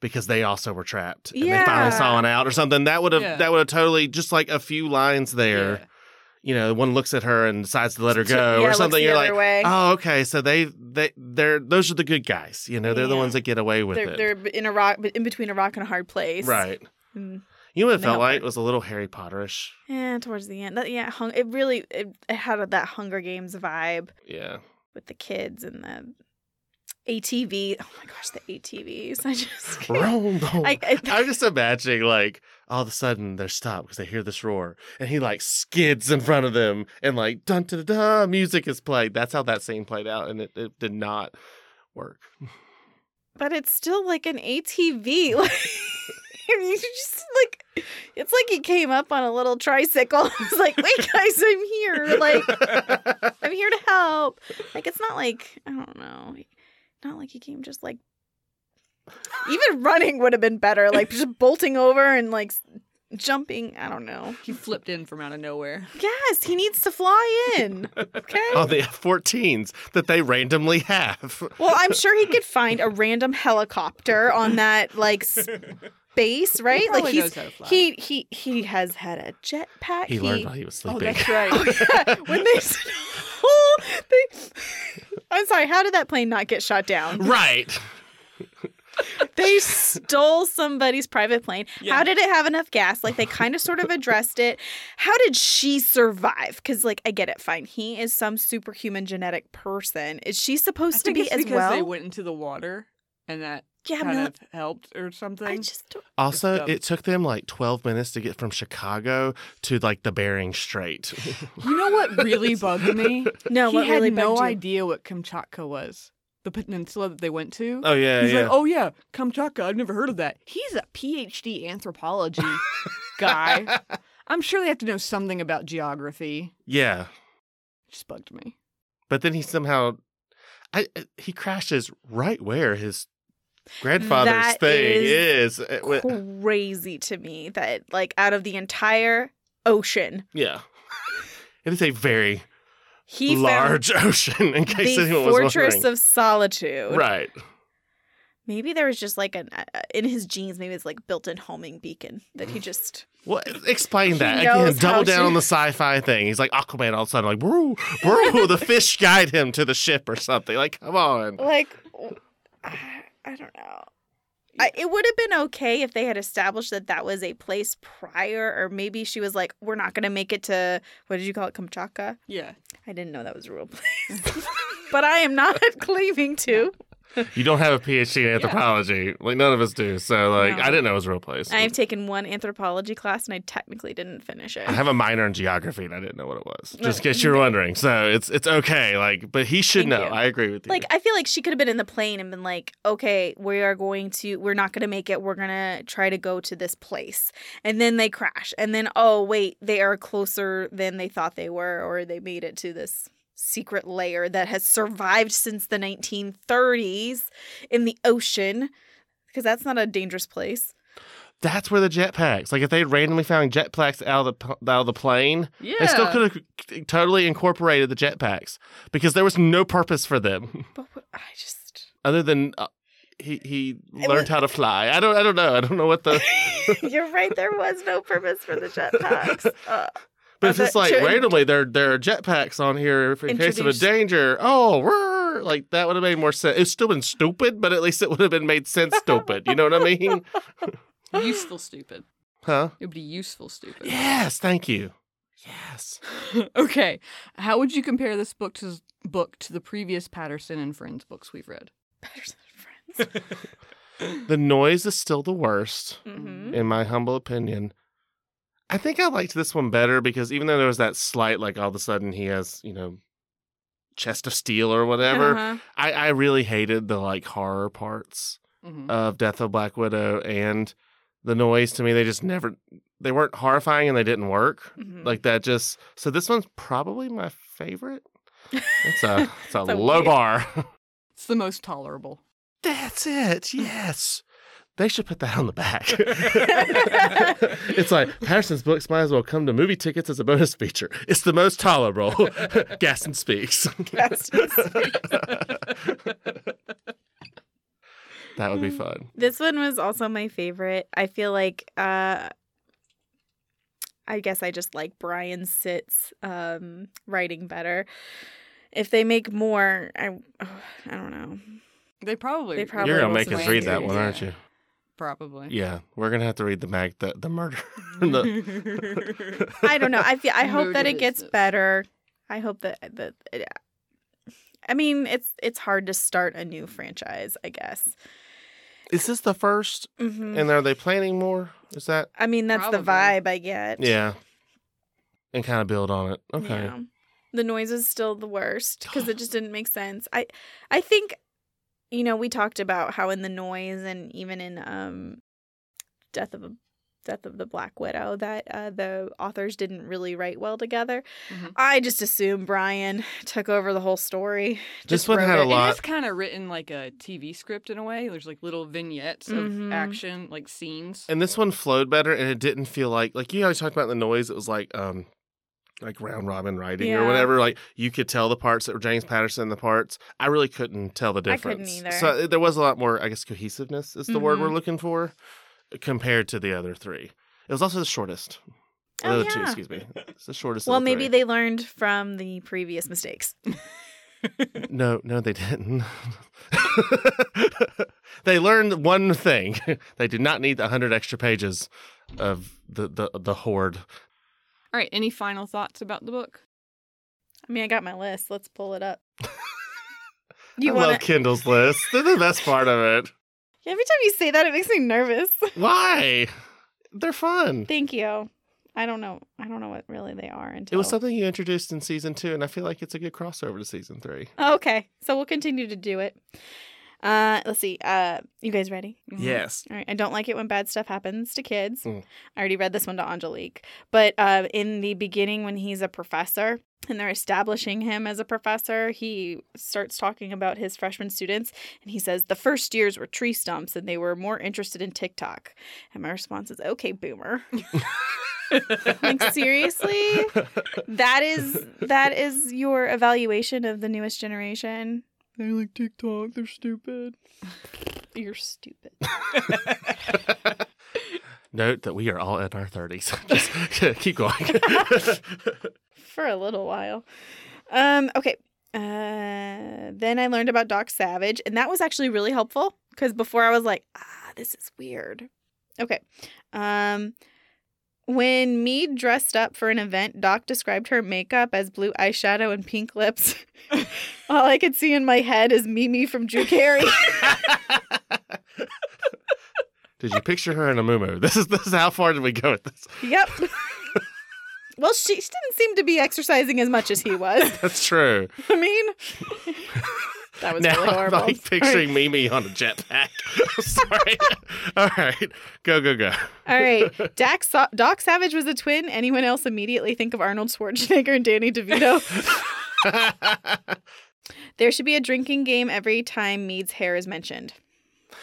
[SPEAKER 2] because they also were trapped and they
[SPEAKER 3] Yeah.
[SPEAKER 2] finally saw an out or something. That would have
[SPEAKER 1] Yeah.
[SPEAKER 2] that would have totally just like a few lines there.
[SPEAKER 1] Yeah.
[SPEAKER 2] You know, one looks at her and decides to let her go
[SPEAKER 3] Yeah,
[SPEAKER 2] or
[SPEAKER 3] looks
[SPEAKER 2] something.
[SPEAKER 3] the
[SPEAKER 2] You're
[SPEAKER 3] other
[SPEAKER 2] like,
[SPEAKER 3] way.
[SPEAKER 2] oh, okay. So they they they're those are the good guys. You know, they're the
[SPEAKER 3] Yeah.
[SPEAKER 2] ones that get away with
[SPEAKER 3] they're,
[SPEAKER 2] it.
[SPEAKER 3] they're in a rock in between a rock and a hard place.
[SPEAKER 2] Right.
[SPEAKER 3] Mm.
[SPEAKER 2] You know what it
[SPEAKER 3] And
[SPEAKER 2] felt
[SPEAKER 3] help
[SPEAKER 2] like?
[SPEAKER 3] her.
[SPEAKER 2] was a little Harry Potterish.
[SPEAKER 3] Yeah, towards the end. That, yeah, hung, it really it, it had that Hunger Games vibe
[SPEAKER 2] Yeah.
[SPEAKER 3] with the kids and the ATV. Oh my gosh, the ATVs. I just can't.
[SPEAKER 2] Wrong.
[SPEAKER 3] I, I,
[SPEAKER 2] *laughs* I'm just imagining like all of a sudden they're stopped because they hear this roar and he like skids in front of them and like dun da da music is played. That's how that scene played out and it, it did not work.
[SPEAKER 3] but it's still like an ATV. *laughs* Like you just like it's like he came up on a little tricycle. *laughs* It's like, wait guys, I'm here.
[SPEAKER 2] *laughs*
[SPEAKER 3] Like I'm here to help. Like it's not like I don't know. Not like he came just like even running would have been better. Like just bolting over and like s- jumping. I don't know.
[SPEAKER 1] He flipped in from out of nowhere.
[SPEAKER 3] Yes, he needs to fly in. Okay.
[SPEAKER 2] on the F-14s that they randomly have.
[SPEAKER 3] Well, I'm sure he could find a random helicopter on that like space, right?
[SPEAKER 1] He
[SPEAKER 3] like
[SPEAKER 1] probably
[SPEAKER 3] he's
[SPEAKER 1] knows how to fly.
[SPEAKER 3] he he he has had a jetpack.
[SPEAKER 2] He
[SPEAKER 3] *laughs*
[SPEAKER 2] learned while he was
[SPEAKER 1] Oh,
[SPEAKER 2] sleeping.
[SPEAKER 1] that's right.
[SPEAKER 3] yeah. when *laughs* they said, oh, they, I I'm sorry. How did that plane not get shot down?
[SPEAKER 1] *laughs*
[SPEAKER 2] *laughs* Right.
[SPEAKER 3] They stole somebody's private plane.
[SPEAKER 1] Yeah.
[SPEAKER 3] How did it have enough gas? Like they kind of sort of addressed it. How did she survive? Because like I get it, fine. He is some superhuman genetic person. Is she
[SPEAKER 1] I
[SPEAKER 3] supposed to
[SPEAKER 1] think
[SPEAKER 3] be
[SPEAKER 1] it's
[SPEAKER 3] as
[SPEAKER 1] because
[SPEAKER 3] well?
[SPEAKER 1] they went into the water and that
[SPEAKER 3] yeah,
[SPEAKER 1] kind
[SPEAKER 3] Mil-
[SPEAKER 1] of helped or something.
[SPEAKER 3] I just don't-
[SPEAKER 2] Also,
[SPEAKER 1] dumb.
[SPEAKER 2] it took them like 12 minutes to get from Chicago to like the Bering Strait. *laughs*
[SPEAKER 1] You know what really bugged me?
[SPEAKER 3] *laughs* no.
[SPEAKER 1] he
[SPEAKER 3] what
[SPEAKER 1] had
[SPEAKER 3] really
[SPEAKER 1] no
[SPEAKER 3] bugged you?
[SPEAKER 1] idea what Kamchatka was, the peninsula that they went to.
[SPEAKER 2] oh, yeah,
[SPEAKER 1] He's
[SPEAKER 2] yeah.
[SPEAKER 1] like, oh yeah, Kamchatka. I've never heard of that. He's a PhD
[SPEAKER 2] *laughs*
[SPEAKER 1] anthropology guy. I'm sure they have to know something about geography.
[SPEAKER 2] Yeah.
[SPEAKER 1] Just bugged me.
[SPEAKER 2] But then he somehow I uh, he crashes right where his grandfather's
[SPEAKER 3] That
[SPEAKER 2] thing is.
[SPEAKER 3] is
[SPEAKER 2] Uh, wi-
[SPEAKER 3] Crazy to me that like out of the entire ocean,
[SPEAKER 2] Yeah. It is a very
[SPEAKER 3] he found
[SPEAKER 2] large *laughs* ocean in case
[SPEAKER 3] the
[SPEAKER 2] anyone was
[SPEAKER 3] fortress
[SPEAKER 2] wondering.
[SPEAKER 3] of solitude.
[SPEAKER 2] right.
[SPEAKER 3] Maybe there was just like an uh, in his genes. Maybe it's like built-in homing beacon that he just.
[SPEAKER 2] Well, e, explain that. Again,
[SPEAKER 3] knows how
[SPEAKER 2] double down
[SPEAKER 3] to-
[SPEAKER 2] on the sci-fi thing. He's like Aquaman all of a sudden, like, woo, woo, the fish guide him to the ship or something. Like, come
[SPEAKER 3] *laughs*
[SPEAKER 2] on.
[SPEAKER 3] like w- I, I don't know. I, it would have been okay if they had established that that was a place prior, or maybe she was like, "We're not gonna make it to what did you call it, Kamchatka?"
[SPEAKER 1] Yeah.
[SPEAKER 3] I didn't know that was a real *laughs* place, but I am not *laughs* claiming to.
[SPEAKER 2] You don't have a PhD in anthropology. Like none of us do. So like
[SPEAKER 3] No.
[SPEAKER 2] I didn't know it was a real place.
[SPEAKER 3] I have taken one anthropology class, and I technically didn't finish it.
[SPEAKER 2] I have a minor in geography and I didn't know what it was. Just in case you were wondering. So it's it's okay. Like, but he should
[SPEAKER 3] Thank
[SPEAKER 2] know.
[SPEAKER 3] you.
[SPEAKER 2] I agree with you.
[SPEAKER 3] Like I feel like she could have been in the plane and been like, "Okay, we are going to we're not going to make it. We're going to try to go to this place." And then they crash. And then, "Oh, wait, they are closer than they thought they were or they made it to this secret layer that has survived since the 1930s in the ocean." Because that's not a dangerous place.
[SPEAKER 2] That's where the jetpacks. Like if they randomly found jetpacks out of the p- out of the plane,
[SPEAKER 1] Yeah.
[SPEAKER 2] they still could have totally incorporated the jetpacks because there was no purpose for them *laughs*
[SPEAKER 3] But what, I just
[SPEAKER 2] other than uh, he he
[SPEAKER 3] It
[SPEAKER 2] learned
[SPEAKER 3] was-
[SPEAKER 2] how to fly. I don't I don't know. I don't know what
[SPEAKER 3] *laughs*
[SPEAKER 2] the.
[SPEAKER 3] You're right. There was no purpose for the jetpacks. Uh,
[SPEAKER 2] But if
[SPEAKER 3] But
[SPEAKER 2] it's like
[SPEAKER 3] to-
[SPEAKER 2] randomly there there are jetpacks on here if in case of a
[SPEAKER 3] Introduce-
[SPEAKER 2] danger. Oh, whirr, like that would have made more sense. It's still been stupid, but at least it would have been made *laughs* sense stupid. You know what I mean?
[SPEAKER 1] Useful stupid.
[SPEAKER 2] Huh?
[SPEAKER 1] It would be useful stupid.
[SPEAKER 2] Yes, thank you. Yes.
[SPEAKER 1] *laughs* okay. How would you compare this book to book to the previous Patterson and Friends books we've read?
[SPEAKER 3] Patterson and friends.
[SPEAKER 2] The noise is still the worst,
[SPEAKER 3] *laughs* hmm
[SPEAKER 2] in my humble opinion. I think I liked this one better because even though there was that slight, like all of a sudden he has, you know, chest of steel or whatever,
[SPEAKER 3] Uh-huh.
[SPEAKER 2] I, I really hated the like horror parts.
[SPEAKER 1] Mhm.
[SPEAKER 2] of Death of Black Widow and the noise to me they just never they weren't horrifying and they didn't work *laughs*
[SPEAKER 3] Mhm.
[SPEAKER 2] like that just so this one's probably my favorite it's
[SPEAKER 3] *laughs*
[SPEAKER 2] a it's a
[SPEAKER 3] It's a
[SPEAKER 2] low
[SPEAKER 3] weird- *laughs*
[SPEAKER 2] bar *laughs*
[SPEAKER 1] It's the most tolerable.
[SPEAKER 2] that's it yes they should put that on the back *laughs*
[SPEAKER 3] *laughs*
[SPEAKER 2] it's like patterson's books might as well come to movie tickets as a bonus feature it's the most tolerable *laughs* gaston speaks *laughs*
[SPEAKER 3] Gaston
[SPEAKER 2] that would be fun
[SPEAKER 3] This one was also my favorite. I feel like uh I guess I just like Brian Sitz um writing better. If they make more, I oh, I don't know.
[SPEAKER 1] They probably.
[SPEAKER 3] They probably
[SPEAKER 2] you're gonna
[SPEAKER 3] will
[SPEAKER 2] make
[SPEAKER 3] some
[SPEAKER 2] us read that
[SPEAKER 3] answers,
[SPEAKER 2] one aren't you
[SPEAKER 1] Probably.
[SPEAKER 2] Yeah, we're gonna have to read the mag the, the murder. *laughs* the-
[SPEAKER 3] *laughs*
[SPEAKER 1] *laughs*
[SPEAKER 3] I don't know. I feel I hope that it
[SPEAKER 1] Murderous.
[SPEAKER 3] gets better. I hope that that I mean, it's it's hard to start a new franchise, I guess.
[SPEAKER 2] Is this the first?
[SPEAKER 3] hmm
[SPEAKER 2] And are they planning more? Is that?
[SPEAKER 3] I mean, that's the
[SPEAKER 1] Probably.
[SPEAKER 3] vibe I get.
[SPEAKER 2] Yeah. And kind of build on it. Okay.
[SPEAKER 3] Yeah. The noise is still the worst because it just didn't make sense. I I think you know, we talked about how in the noise and even in um Death of a Death of the Black Widow that uh, the authors didn't really write well together.
[SPEAKER 1] Mhm.
[SPEAKER 3] I just assume Brian *laughs* took over the whole story.
[SPEAKER 2] This one
[SPEAKER 3] wrote
[SPEAKER 2] had a
[SPEAKER 3] it.
[SPEAKER 2] lot-
[SPEAKER 1] It is kind of written like a TV script in a way. There's like little vignettes
[SPEAKER 3] Mhm.
[SPEAKER 1] of action, like scenes.
[SPEAKER 2] And this one flowed better, and it didn't feel like like you always talked about the noise. It was like um, like round robin writing
[SPEAKER 3] Yeah.
[SPEAKER 2] or whatever. Like you could tell the parts that were James Patterson. and The parts I really couldn't tell the
[SPEAKER 3] I couldn't
[SPEAKER 2] difference.
[SPEAKER 3] either.
[SPEAKER 2] So there was a lot more. I guess cohesiveness is the word
[SPEAKER 3] Mhm.
[SPEAKER 2] we're looking for, compared to the other three. It was also the shortest.
[SPEAKER 3] Oh,
[SPEAKER 2] the other two,
[SPEAKER 3] yeah.
[SPEAKER 2] excuse me. It's the shortest. of
[SPEAKER 3] Well,
[SPEAKER 2] the
[SPEAKER 3] maybe
[SPEAKER 2] three.
[SPEAKER 3] they learned from the previous mistakes.
[SPEAKER 2] No, no, they didn't. *laughs* they learned one thing: *laughs* they do not need the hundred extra pages of the the the horde.
[SPEAKER 1] All right. Any final thoughts about the book?
[SPEAKER 3] I mean, I got my list. Let's pull it up.
[SPEAKER 2] I
[SPEAKER 3] You
[SPEAKER 2] love
[SPEAKER 3] want to?
[SPEAKER 2] Kindle's list. They're the best part of it.
[SPEAKER 3] Every time you say that, it makes me nervous. *laughs*
[SPEAKER 2] Why? They're fun.
[SPEAKER 3] Thank you. I don't know. I don't know what really they are until.
[SPEAKER 2] It was something you introduced in season two, and I feel like it's a good crossover to season three.
[SPEAKER 3] Okay, so we'll continue to do it. Uh, let's see. Uh, you guys ready?
[SPEAKER 1] Mhm.
[SPEAKER 2] Yes.
[SPEAKER 3] All right. I don't like it when bad stuff happens to kids.
[SPEAKER 2] Mm.
[SPEAKER 3] I already read this one to Angelique. But uh, in the beginning, when he's a professor and they're establishing him as a professor, he starts talking about his freshman students and he says the first years were tree stumps and they were more interested in TikTok. And my response is, okay, boomer. *laughs* Like *laughs* seriously, that is that is your evaluation of the newest generation.
[SPEAKER 1] They like TikTok. They're stupid.
[SPEAKER 3] You're stupid.
[SPEAKER 2] Note that we are all in our 30s. *laughs* Just keep going. *laughs*
[SPEAKER 3] for a little while. Um, okay. Uh, then I learned about Doc Savage, and that was actually really helpful because before I was like, ah, this is weird. Okay. Um, when Mead dressed up for an event, Doc described her makeup as blue eyeshadow and pink lips. *laughs* All I could see in my head is Mimi from Drew Carey.
[SPEAKER 2] Did you picture her in a muumuu? This is this is how far did we go with this?
[SPEAKER 3] yep. *laughs* well, she, she didn't seem to be exercising as much as he was. *laughs*
[SPEAKER 2] That's true.
[SPEAKER 3] I mean, *laughs* that was
[SPEAKER 2] now
[SPEAKER 3] really
[SPEAKER 1] *laughs*
[SPEAKER 3] horrible.
[SPEAKER 2] I'm *laughs* like
[SPEAKER 3] Sorry.
[SPEAKER 2] picturing Mimi on a jetpack. *laughs* Sorry. *laughs* all right. Go go *laughs* go.
[SPEAKER 3] All right. Dak Sa- Doc Savage was a twin. Anyone else immediately think of Arnold Schwarzenegger and
[SPEAKER 2] *laughs*
[SPEAKER 3] Danny DeVito? there should be a drinking game every time Mead's hair is mentioned.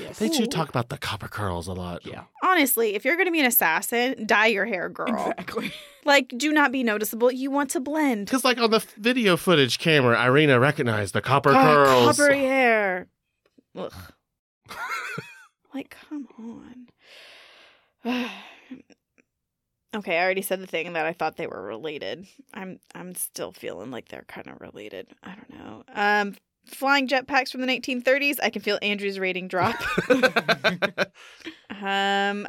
[SPEAKER 1] Yes.
[SPEAKER 2] they do talk about the copper curls a lot.
[SPEAKER 1] Yeah.
[SPEAKER 3] Honestly, if you're going to be an assassin, dye your hair, girl.
[SPEAKER 2] *laughs*
[SPEAKER 1] Exactly.
[SPEAKER 3] Like, do not be noticeable. You want to blend.
[SPEAKER 2] Because like on the video footage camera, Irina recognized the copper
[SPEAKER 3] God,
[SPEAKER 2] curls.
[SPEAKER 3] Coppery hair. Ugh. like, come on. *sighs* okay, I already said the thing that I thought they were related. I'm I'm still feeling like they're kind of related. I don't know. Um, flying jetpacks from the 1930s. I can feel Andrew's rating drop.
[SPEAKER 1] *laughs*
[SPEAKER 2] *laughs*
[SPEAKER 3] *laughs* um,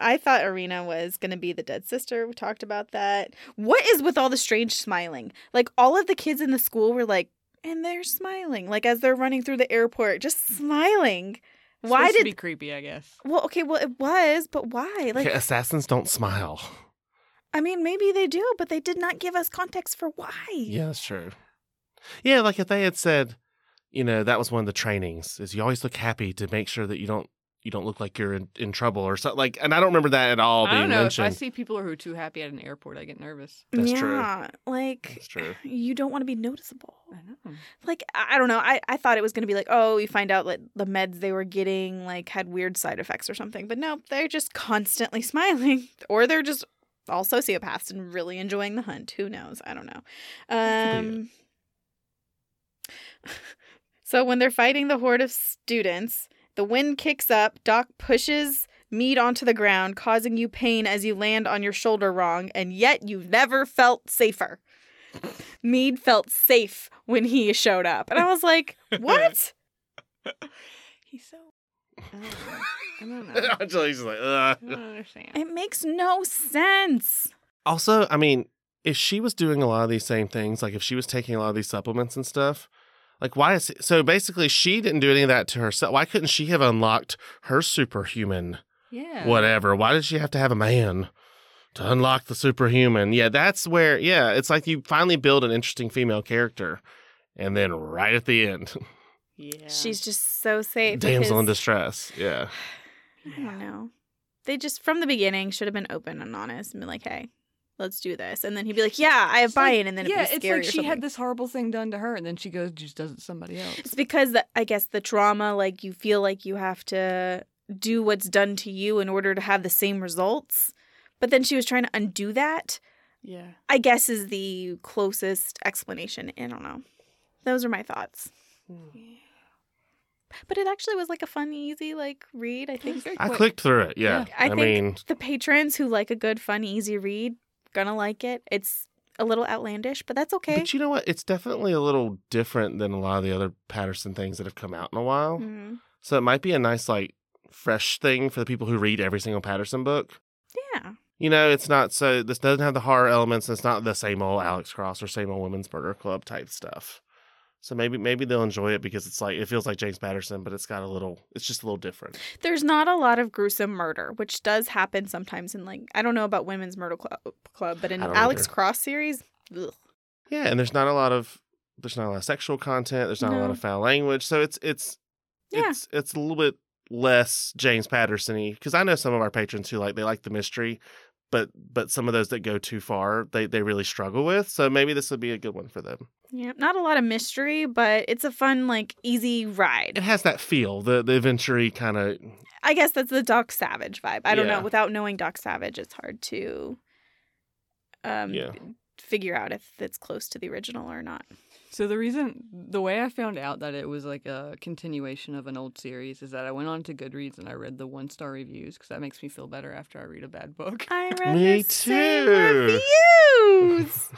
[SPEAKER 3] I thought Arena was gonna be the dead sister. We talked about that. What is with all the strange smiling? Like all of the kids in the school were like, and they're smiling, like as they're running through the airport, just smiling. Why
[SPEAKER 1] Supposed to
[SPEAKER 3] did
[SPEAKER 1] be creepy? I guess.
[SPEAKER 3] well, okay, well, it was, but why? Like,
[SPEAKER 2] Okay, assassins don't smile.
[SPEAKER 3] I mean, maybe they do, but they did not give us context for why.
[SPEAKER 2] Yeah, that's true. Yeah, like if they had said, you know, that was one of the trainings is you always look happy to make sure that you don't you don't look like you're in, in trouble or something. Like, and I don't remember that at all
[SPEAKER 1] I
[SPEAKER 2] being
[SPEAKER 1] don't know.
[SPEAKER 2] mentioned.
[SPEAKER 1] If I see people who are too happy at an airport, I get nervous.
[SPEAKER 2] That's true.
[SPEAKER 3] yeah, like
[SPEAKER 2] That's true.
[SPEAKER 3] you don't want to be noticeable.
[SPEAKER 1] I know.
[SPEAKER 3] Like I I don't know. I, I thought it was gonna be like, oh, you find out that the meds they were getting like had weird side effects or something, but no, they're just constantly *laughs* smiling, or they're just all sociopaths and really enjoying the hunt. Who knows? I don't know.
[SPEAKER 2] That could be
[SPEAKER 3] Um, *laughs* so when they're fighting the horde of students, the wind kicks up. Doc pushes. Mead onto the ground, causing you pain as you land on your shoulder wrong, and yet you never felt safer. Mead felt safe when he showed up. And I was like,
[SPEAKER 1] *laughs*
[SPEAKER 3] what?
[SPEAKER 1] He's
[SPEAKER 2] *laughs*
[SPEAKER 1] so. I don't know. Oh, I don't know. I
[SPEAKER 2] Angelique's like, Ugh.
[SPEAKER 1] don't understand.
[SPEAKER 3] it makes no sense.
[SPEAKER 2] Also, I mean, if she was doing a lot of these same things, like if she was taking a lot of these supplements and stuff, like why is so basically she didn't do any of that to herself. Why couldn't she have unlocked her superhuman
[SPEAKER 1] Yeah.
[SPEAKER 2] whatever? Why did she have to have a man to unlock the superhuman? Yeah, that's where yeah, it's like you finally build an interesting female character and then right at the end, *laughs*
[SPEAKER 1] Yeah.
[SPEAKER 3] She's just so safe.
[SPEAKER 2] damsel in
[SPEAKER 3] because-
[SPEAKER 2] distress. Yeah.
[SPEAKER 3] I don't
[SPEAKER 1] Yeah.
[SPEAKER 3] know. They just, from the beginning, should have been open and honest and been like, hey, let's do this. And then he'd be like, yeah, I have
[SPEAKER 1] It's like-
[SPEAKER 3] buy in. And then
[SPEAKER 1] yeah,
[SPEAKER 3] it'd be scary.
[SPEAKER 1] it's like she had this horrible thing done to her, and then she goes just does it to somebody else.
[SPEAKER 3] It's because the, I guess the trauma, like you feel like you have to do what's done to you in order to have the same results. But then she was trying to undo that,
[SPEAKER 1] Yeah.
[SPEAKER 3] I guess, is the closest explanation. I don't know. Those are my thoughts. But it actually was like a fun, easy like read. I think
[SPEAKER 2] I clicked through it. Yeah.
[SPEAKER 3] I
[SPEAKER 2] I,
[SPEAKER 3] think-
[SPEAKER 2] mean,
[SPEAKER 3] the patrons who like a good, fun, easy read gonna like it. It's a little outlandish, but that's okay.
[SPEAKER 2] But you know what? It's definitely a little different than a lot of the other Patterson things that have come out in a while.
[SPEAKER 3] Mhm.
[SPEAKER 2] So it might be a nice, like, fresh thing for the people who read every single Patterson book.
[SPEAKER 3] Yeah.
[SPEAKER 2] You know, it's not so, this doesn't have the horror elements. It's not the same old Alex Cross or same old Women's Murder Club type stuff. So maybe maybe they'll enjoy it because it's like it feels like James Patterson, but it's got a little it's just a little different.
[SPEAKER 3] There's not a lot of gruesome murder, which does happen sometimes in like I don't know about women's murder club, club but in
[SPEAKER 2] I don't
[SPEAKER 3] Alex
[SPEAKER 2] either.
[SPEAKER 3] Cross series, ugh.
[SPEAKER 2] Yeah, and there's not a lot of there's not a lot of sexual content. There's not a lot
[SPEAKER 3] No.
[SPEAKER 2] of foul language. So it's it's
[SPEAKER 3] Yeah.
[SPEAKER 2] it's it's a little bit less James Patterson-y because I know some of our patrons who like they like the mystery, but but some of those that go too far they they really struggle with. So maybe this would be a good one for them.
[SPEAKER 3] yeah, not a lot of mystery, but it's a fun like easy
[SPEAKER 2] It
[SPEAKER 3] ride.
[SPEAKER 2] has that feel the the adventure kind of
[SPEAKER 3] I guess that's the Doc Savage vibe. I don't
[SPEAKER 2] Yeah.
[SPEAKER 3] know. Without knowing Doc Savage, it's hard to um
[SPEAKER 2] Yeah.
[SPEAKER 3] figure out if it's close to the original or not.
[SPEAKER 1] So the reason, the way I found out that it was like a continuation of an old series is that I went on to Goodreads and I read the one star reviews because that makes me feel better after I read a bad book.
[SPEAKER 3] I read
[SPEAKER 2] Me
[SPEAKER 3] the same
[SPEAKER 2] too. *laughs*
[SPEAKER 3] reviews.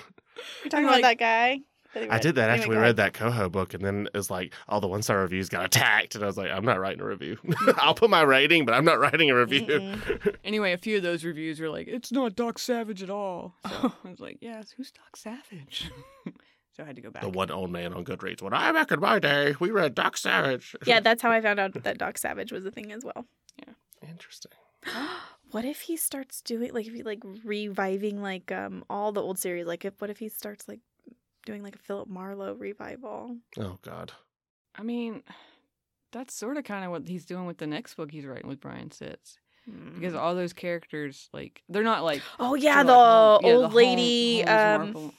[SPEAKER 3] We're talking
[SPEAKER 1] Like-
[SPEAKER 3] about that guy. that he
[SPEAKER 2] I did that
[SPEAKER 3] Anyway,
[SPEAKER 2] actually
[SPEAKER 3] go
[SPEAKER 2] read
[SPEAKER 3] ahead.
[SPEAKER 2] that Coho book and then it was like all the one star reviews got attacked and I was like I'm not writing a review. *laughs*
[SPEAKER 3] *laughs*
[SPEAKER 2] I'll put my rating but I'm not writing a review.
[SPEAKER 3] Mm-mm.
[SPEAKER 1] *laughs* Anyway, a few of those reviews were like, it's not Doc Savage at all. *laughs* So I was like, yes, who's Doc *laughs* Savage? so I had to go back.
[SPEAKER 2] The one old man on Goodreads. When I back in my day, we read Doc Savage.
[SPEAKER 3] *laughs* Yeah, that's how I found out that Doc Savage was a thing as well.
[SPEAKER 2] *laughs* Interesting.
[SPEAKER 3] *gasps* what if he starts doing like if he like reviving like um all the old series like if what if he starts like doing like a Philip Marlowe revival?
[SPEAKER 2] Oh God.
[SPEAKER 1] I mean, that's sort of kind of what he's doing with the next book he's writing with Brian Sitz
[SPEAKER 3] Hmm.
[SPEAKER 1] because all those characters, like, they're not like
[SPEAKER 3] oh yeah,
[SPEAKER 1] Sherlock
[SPEAKER 3] the
[SPEAKER 1] Holmes- Mm-hmm. yeah,
[SPEAKER 3] old
[SPEAKER 1] the Hol-
[SPEAKER 3] lady
[SPEAKER 1] Holmes
[SPEAKER 3] um
[SPEAKER 1] Marple.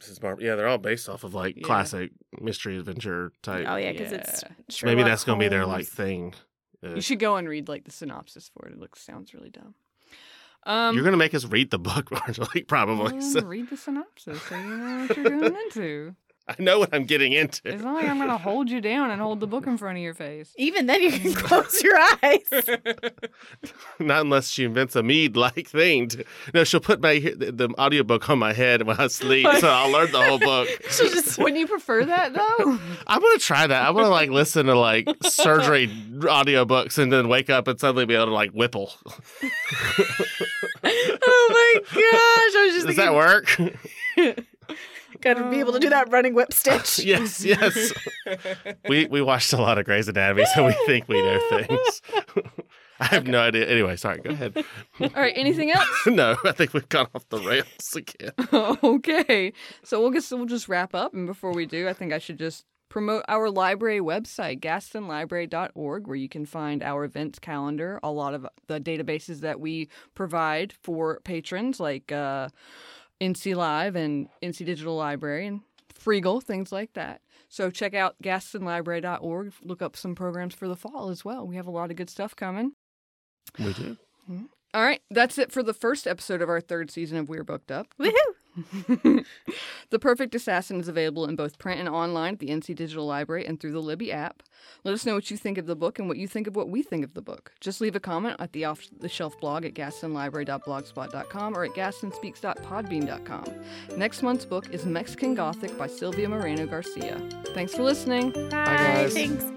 [SPEAKER 2] Mrs. Marvel. Yeah, they're all based off of like
[SPEAKER 1] Yeah.
[SPEAKER 2] classic mystery adventure type.
[SPEAKER 3] Oh yeah, because it's
[SPEAKER 1] Yeah.
[SPEAKER 2] Maybe
[SPEAKER 3] Sherlock
[SPEAKER 2] that's gonna be their like
[SPEAKER 3] Holmes.
[SPEAKER 2] thing. Uh,
[SPEAKER 1] You should go and read like the synopsis for it. It looks sounds really dumb. Um, Mm,
[SPEAKER 2] you're gonna make us read the book, *laughs* Marjorie. Probably.
[SPEAKER 1] well,
[SPEAKER 2] So
[SPEAKER 1] read the synopsis so you know what you're going into.
[SPEAKER 2] *laughs* I know what I'm getting
[SPEAKER 1] It's
[SPEAKER 2] into.
[SPEAKER 1] not like I'm going to
[SPEAKER 2] *laughs*
[SPEAKER 1] hold you down and hold the book in front of your face.
[SPEAKER 3] Even then, you *laughs* can close your *laughs* eyes.
[SPEAKER 2] Not unless she invents a mead like thing. To... No, she'll put my the, the audiobook on my head when
[SPEAKER 1] *laughs*
[SPEAKER 2] I sleep, so I'll learn the whole book.
[SPEAKER 3] She'll just
[SPEAKER 1] Wouldn't you prefer that
[SPEAKER 2] *laughs*
[SPEAKER 1] though? *laughs*
[SPEAKER 2] I'm gonna try that. I'm gonna like listen to like surgery audiobooks and then wake up and suddenly be able to like whipple.
[SPEAKER 3] oh my gosh! I was
[SPEAKER 2] Does
[SPEAKER 3] just
[SPEAKER 2] that
[SPEAKER 3] thinking,
[SPEAKER 2] work?
[SPEAKER 3] gotta be able to do that running *laughs* whip
[SPEAKER 2] *laughs*
[SPEAKER 3] stitch.
[SPEAKER 2] yes, yes. we we watched a lot of Grey's Anatomy, so we think we know things. *laughs* I have no idea. Anyway, sorry. Go ahead. *laughs*
[SPEAKER 1] All right. Anything else?
[SPEAKER 2] no, I think we've gone off the rails again.
[SPEAKER 1] *laughs* okay. So we'll guess we'll just wrap up. And before we do, I think I should just promote our library website, gastonlibrary.org, where you can find our events calendar, a lot of the databases that we provide for patrons, like uh, NC Live and NC Digital Library and Freegal, things like that. So check out gastonlibrary.org. Look up some programs for the fall as well. We have a lot of good stuff coming.
[SPEAKER 2] We do.
[SPEAKER 1] All right, that's it for the first episode of our third season of We're Booked Up.
[SPEAKER 3] Woohoo!
[SPEAKER 1] *laughs* the Perfect Assassin is available in both print and online at the NC Digital Library and through the Libby app. Let us know what you think of the book and what you think of what we think of the book. Just leave a comment at the off the shelf blog at gastonlibrary.blogspot.com or at gastonspeaks.podbean.com. Next month's book is Mexican Gothic by Sylvia Moreno Garcia. Thanks for listening.
[SPEAKER 3] Bye,
[SPEAKER 2] guys.
[SPEAKER 3] Thanks.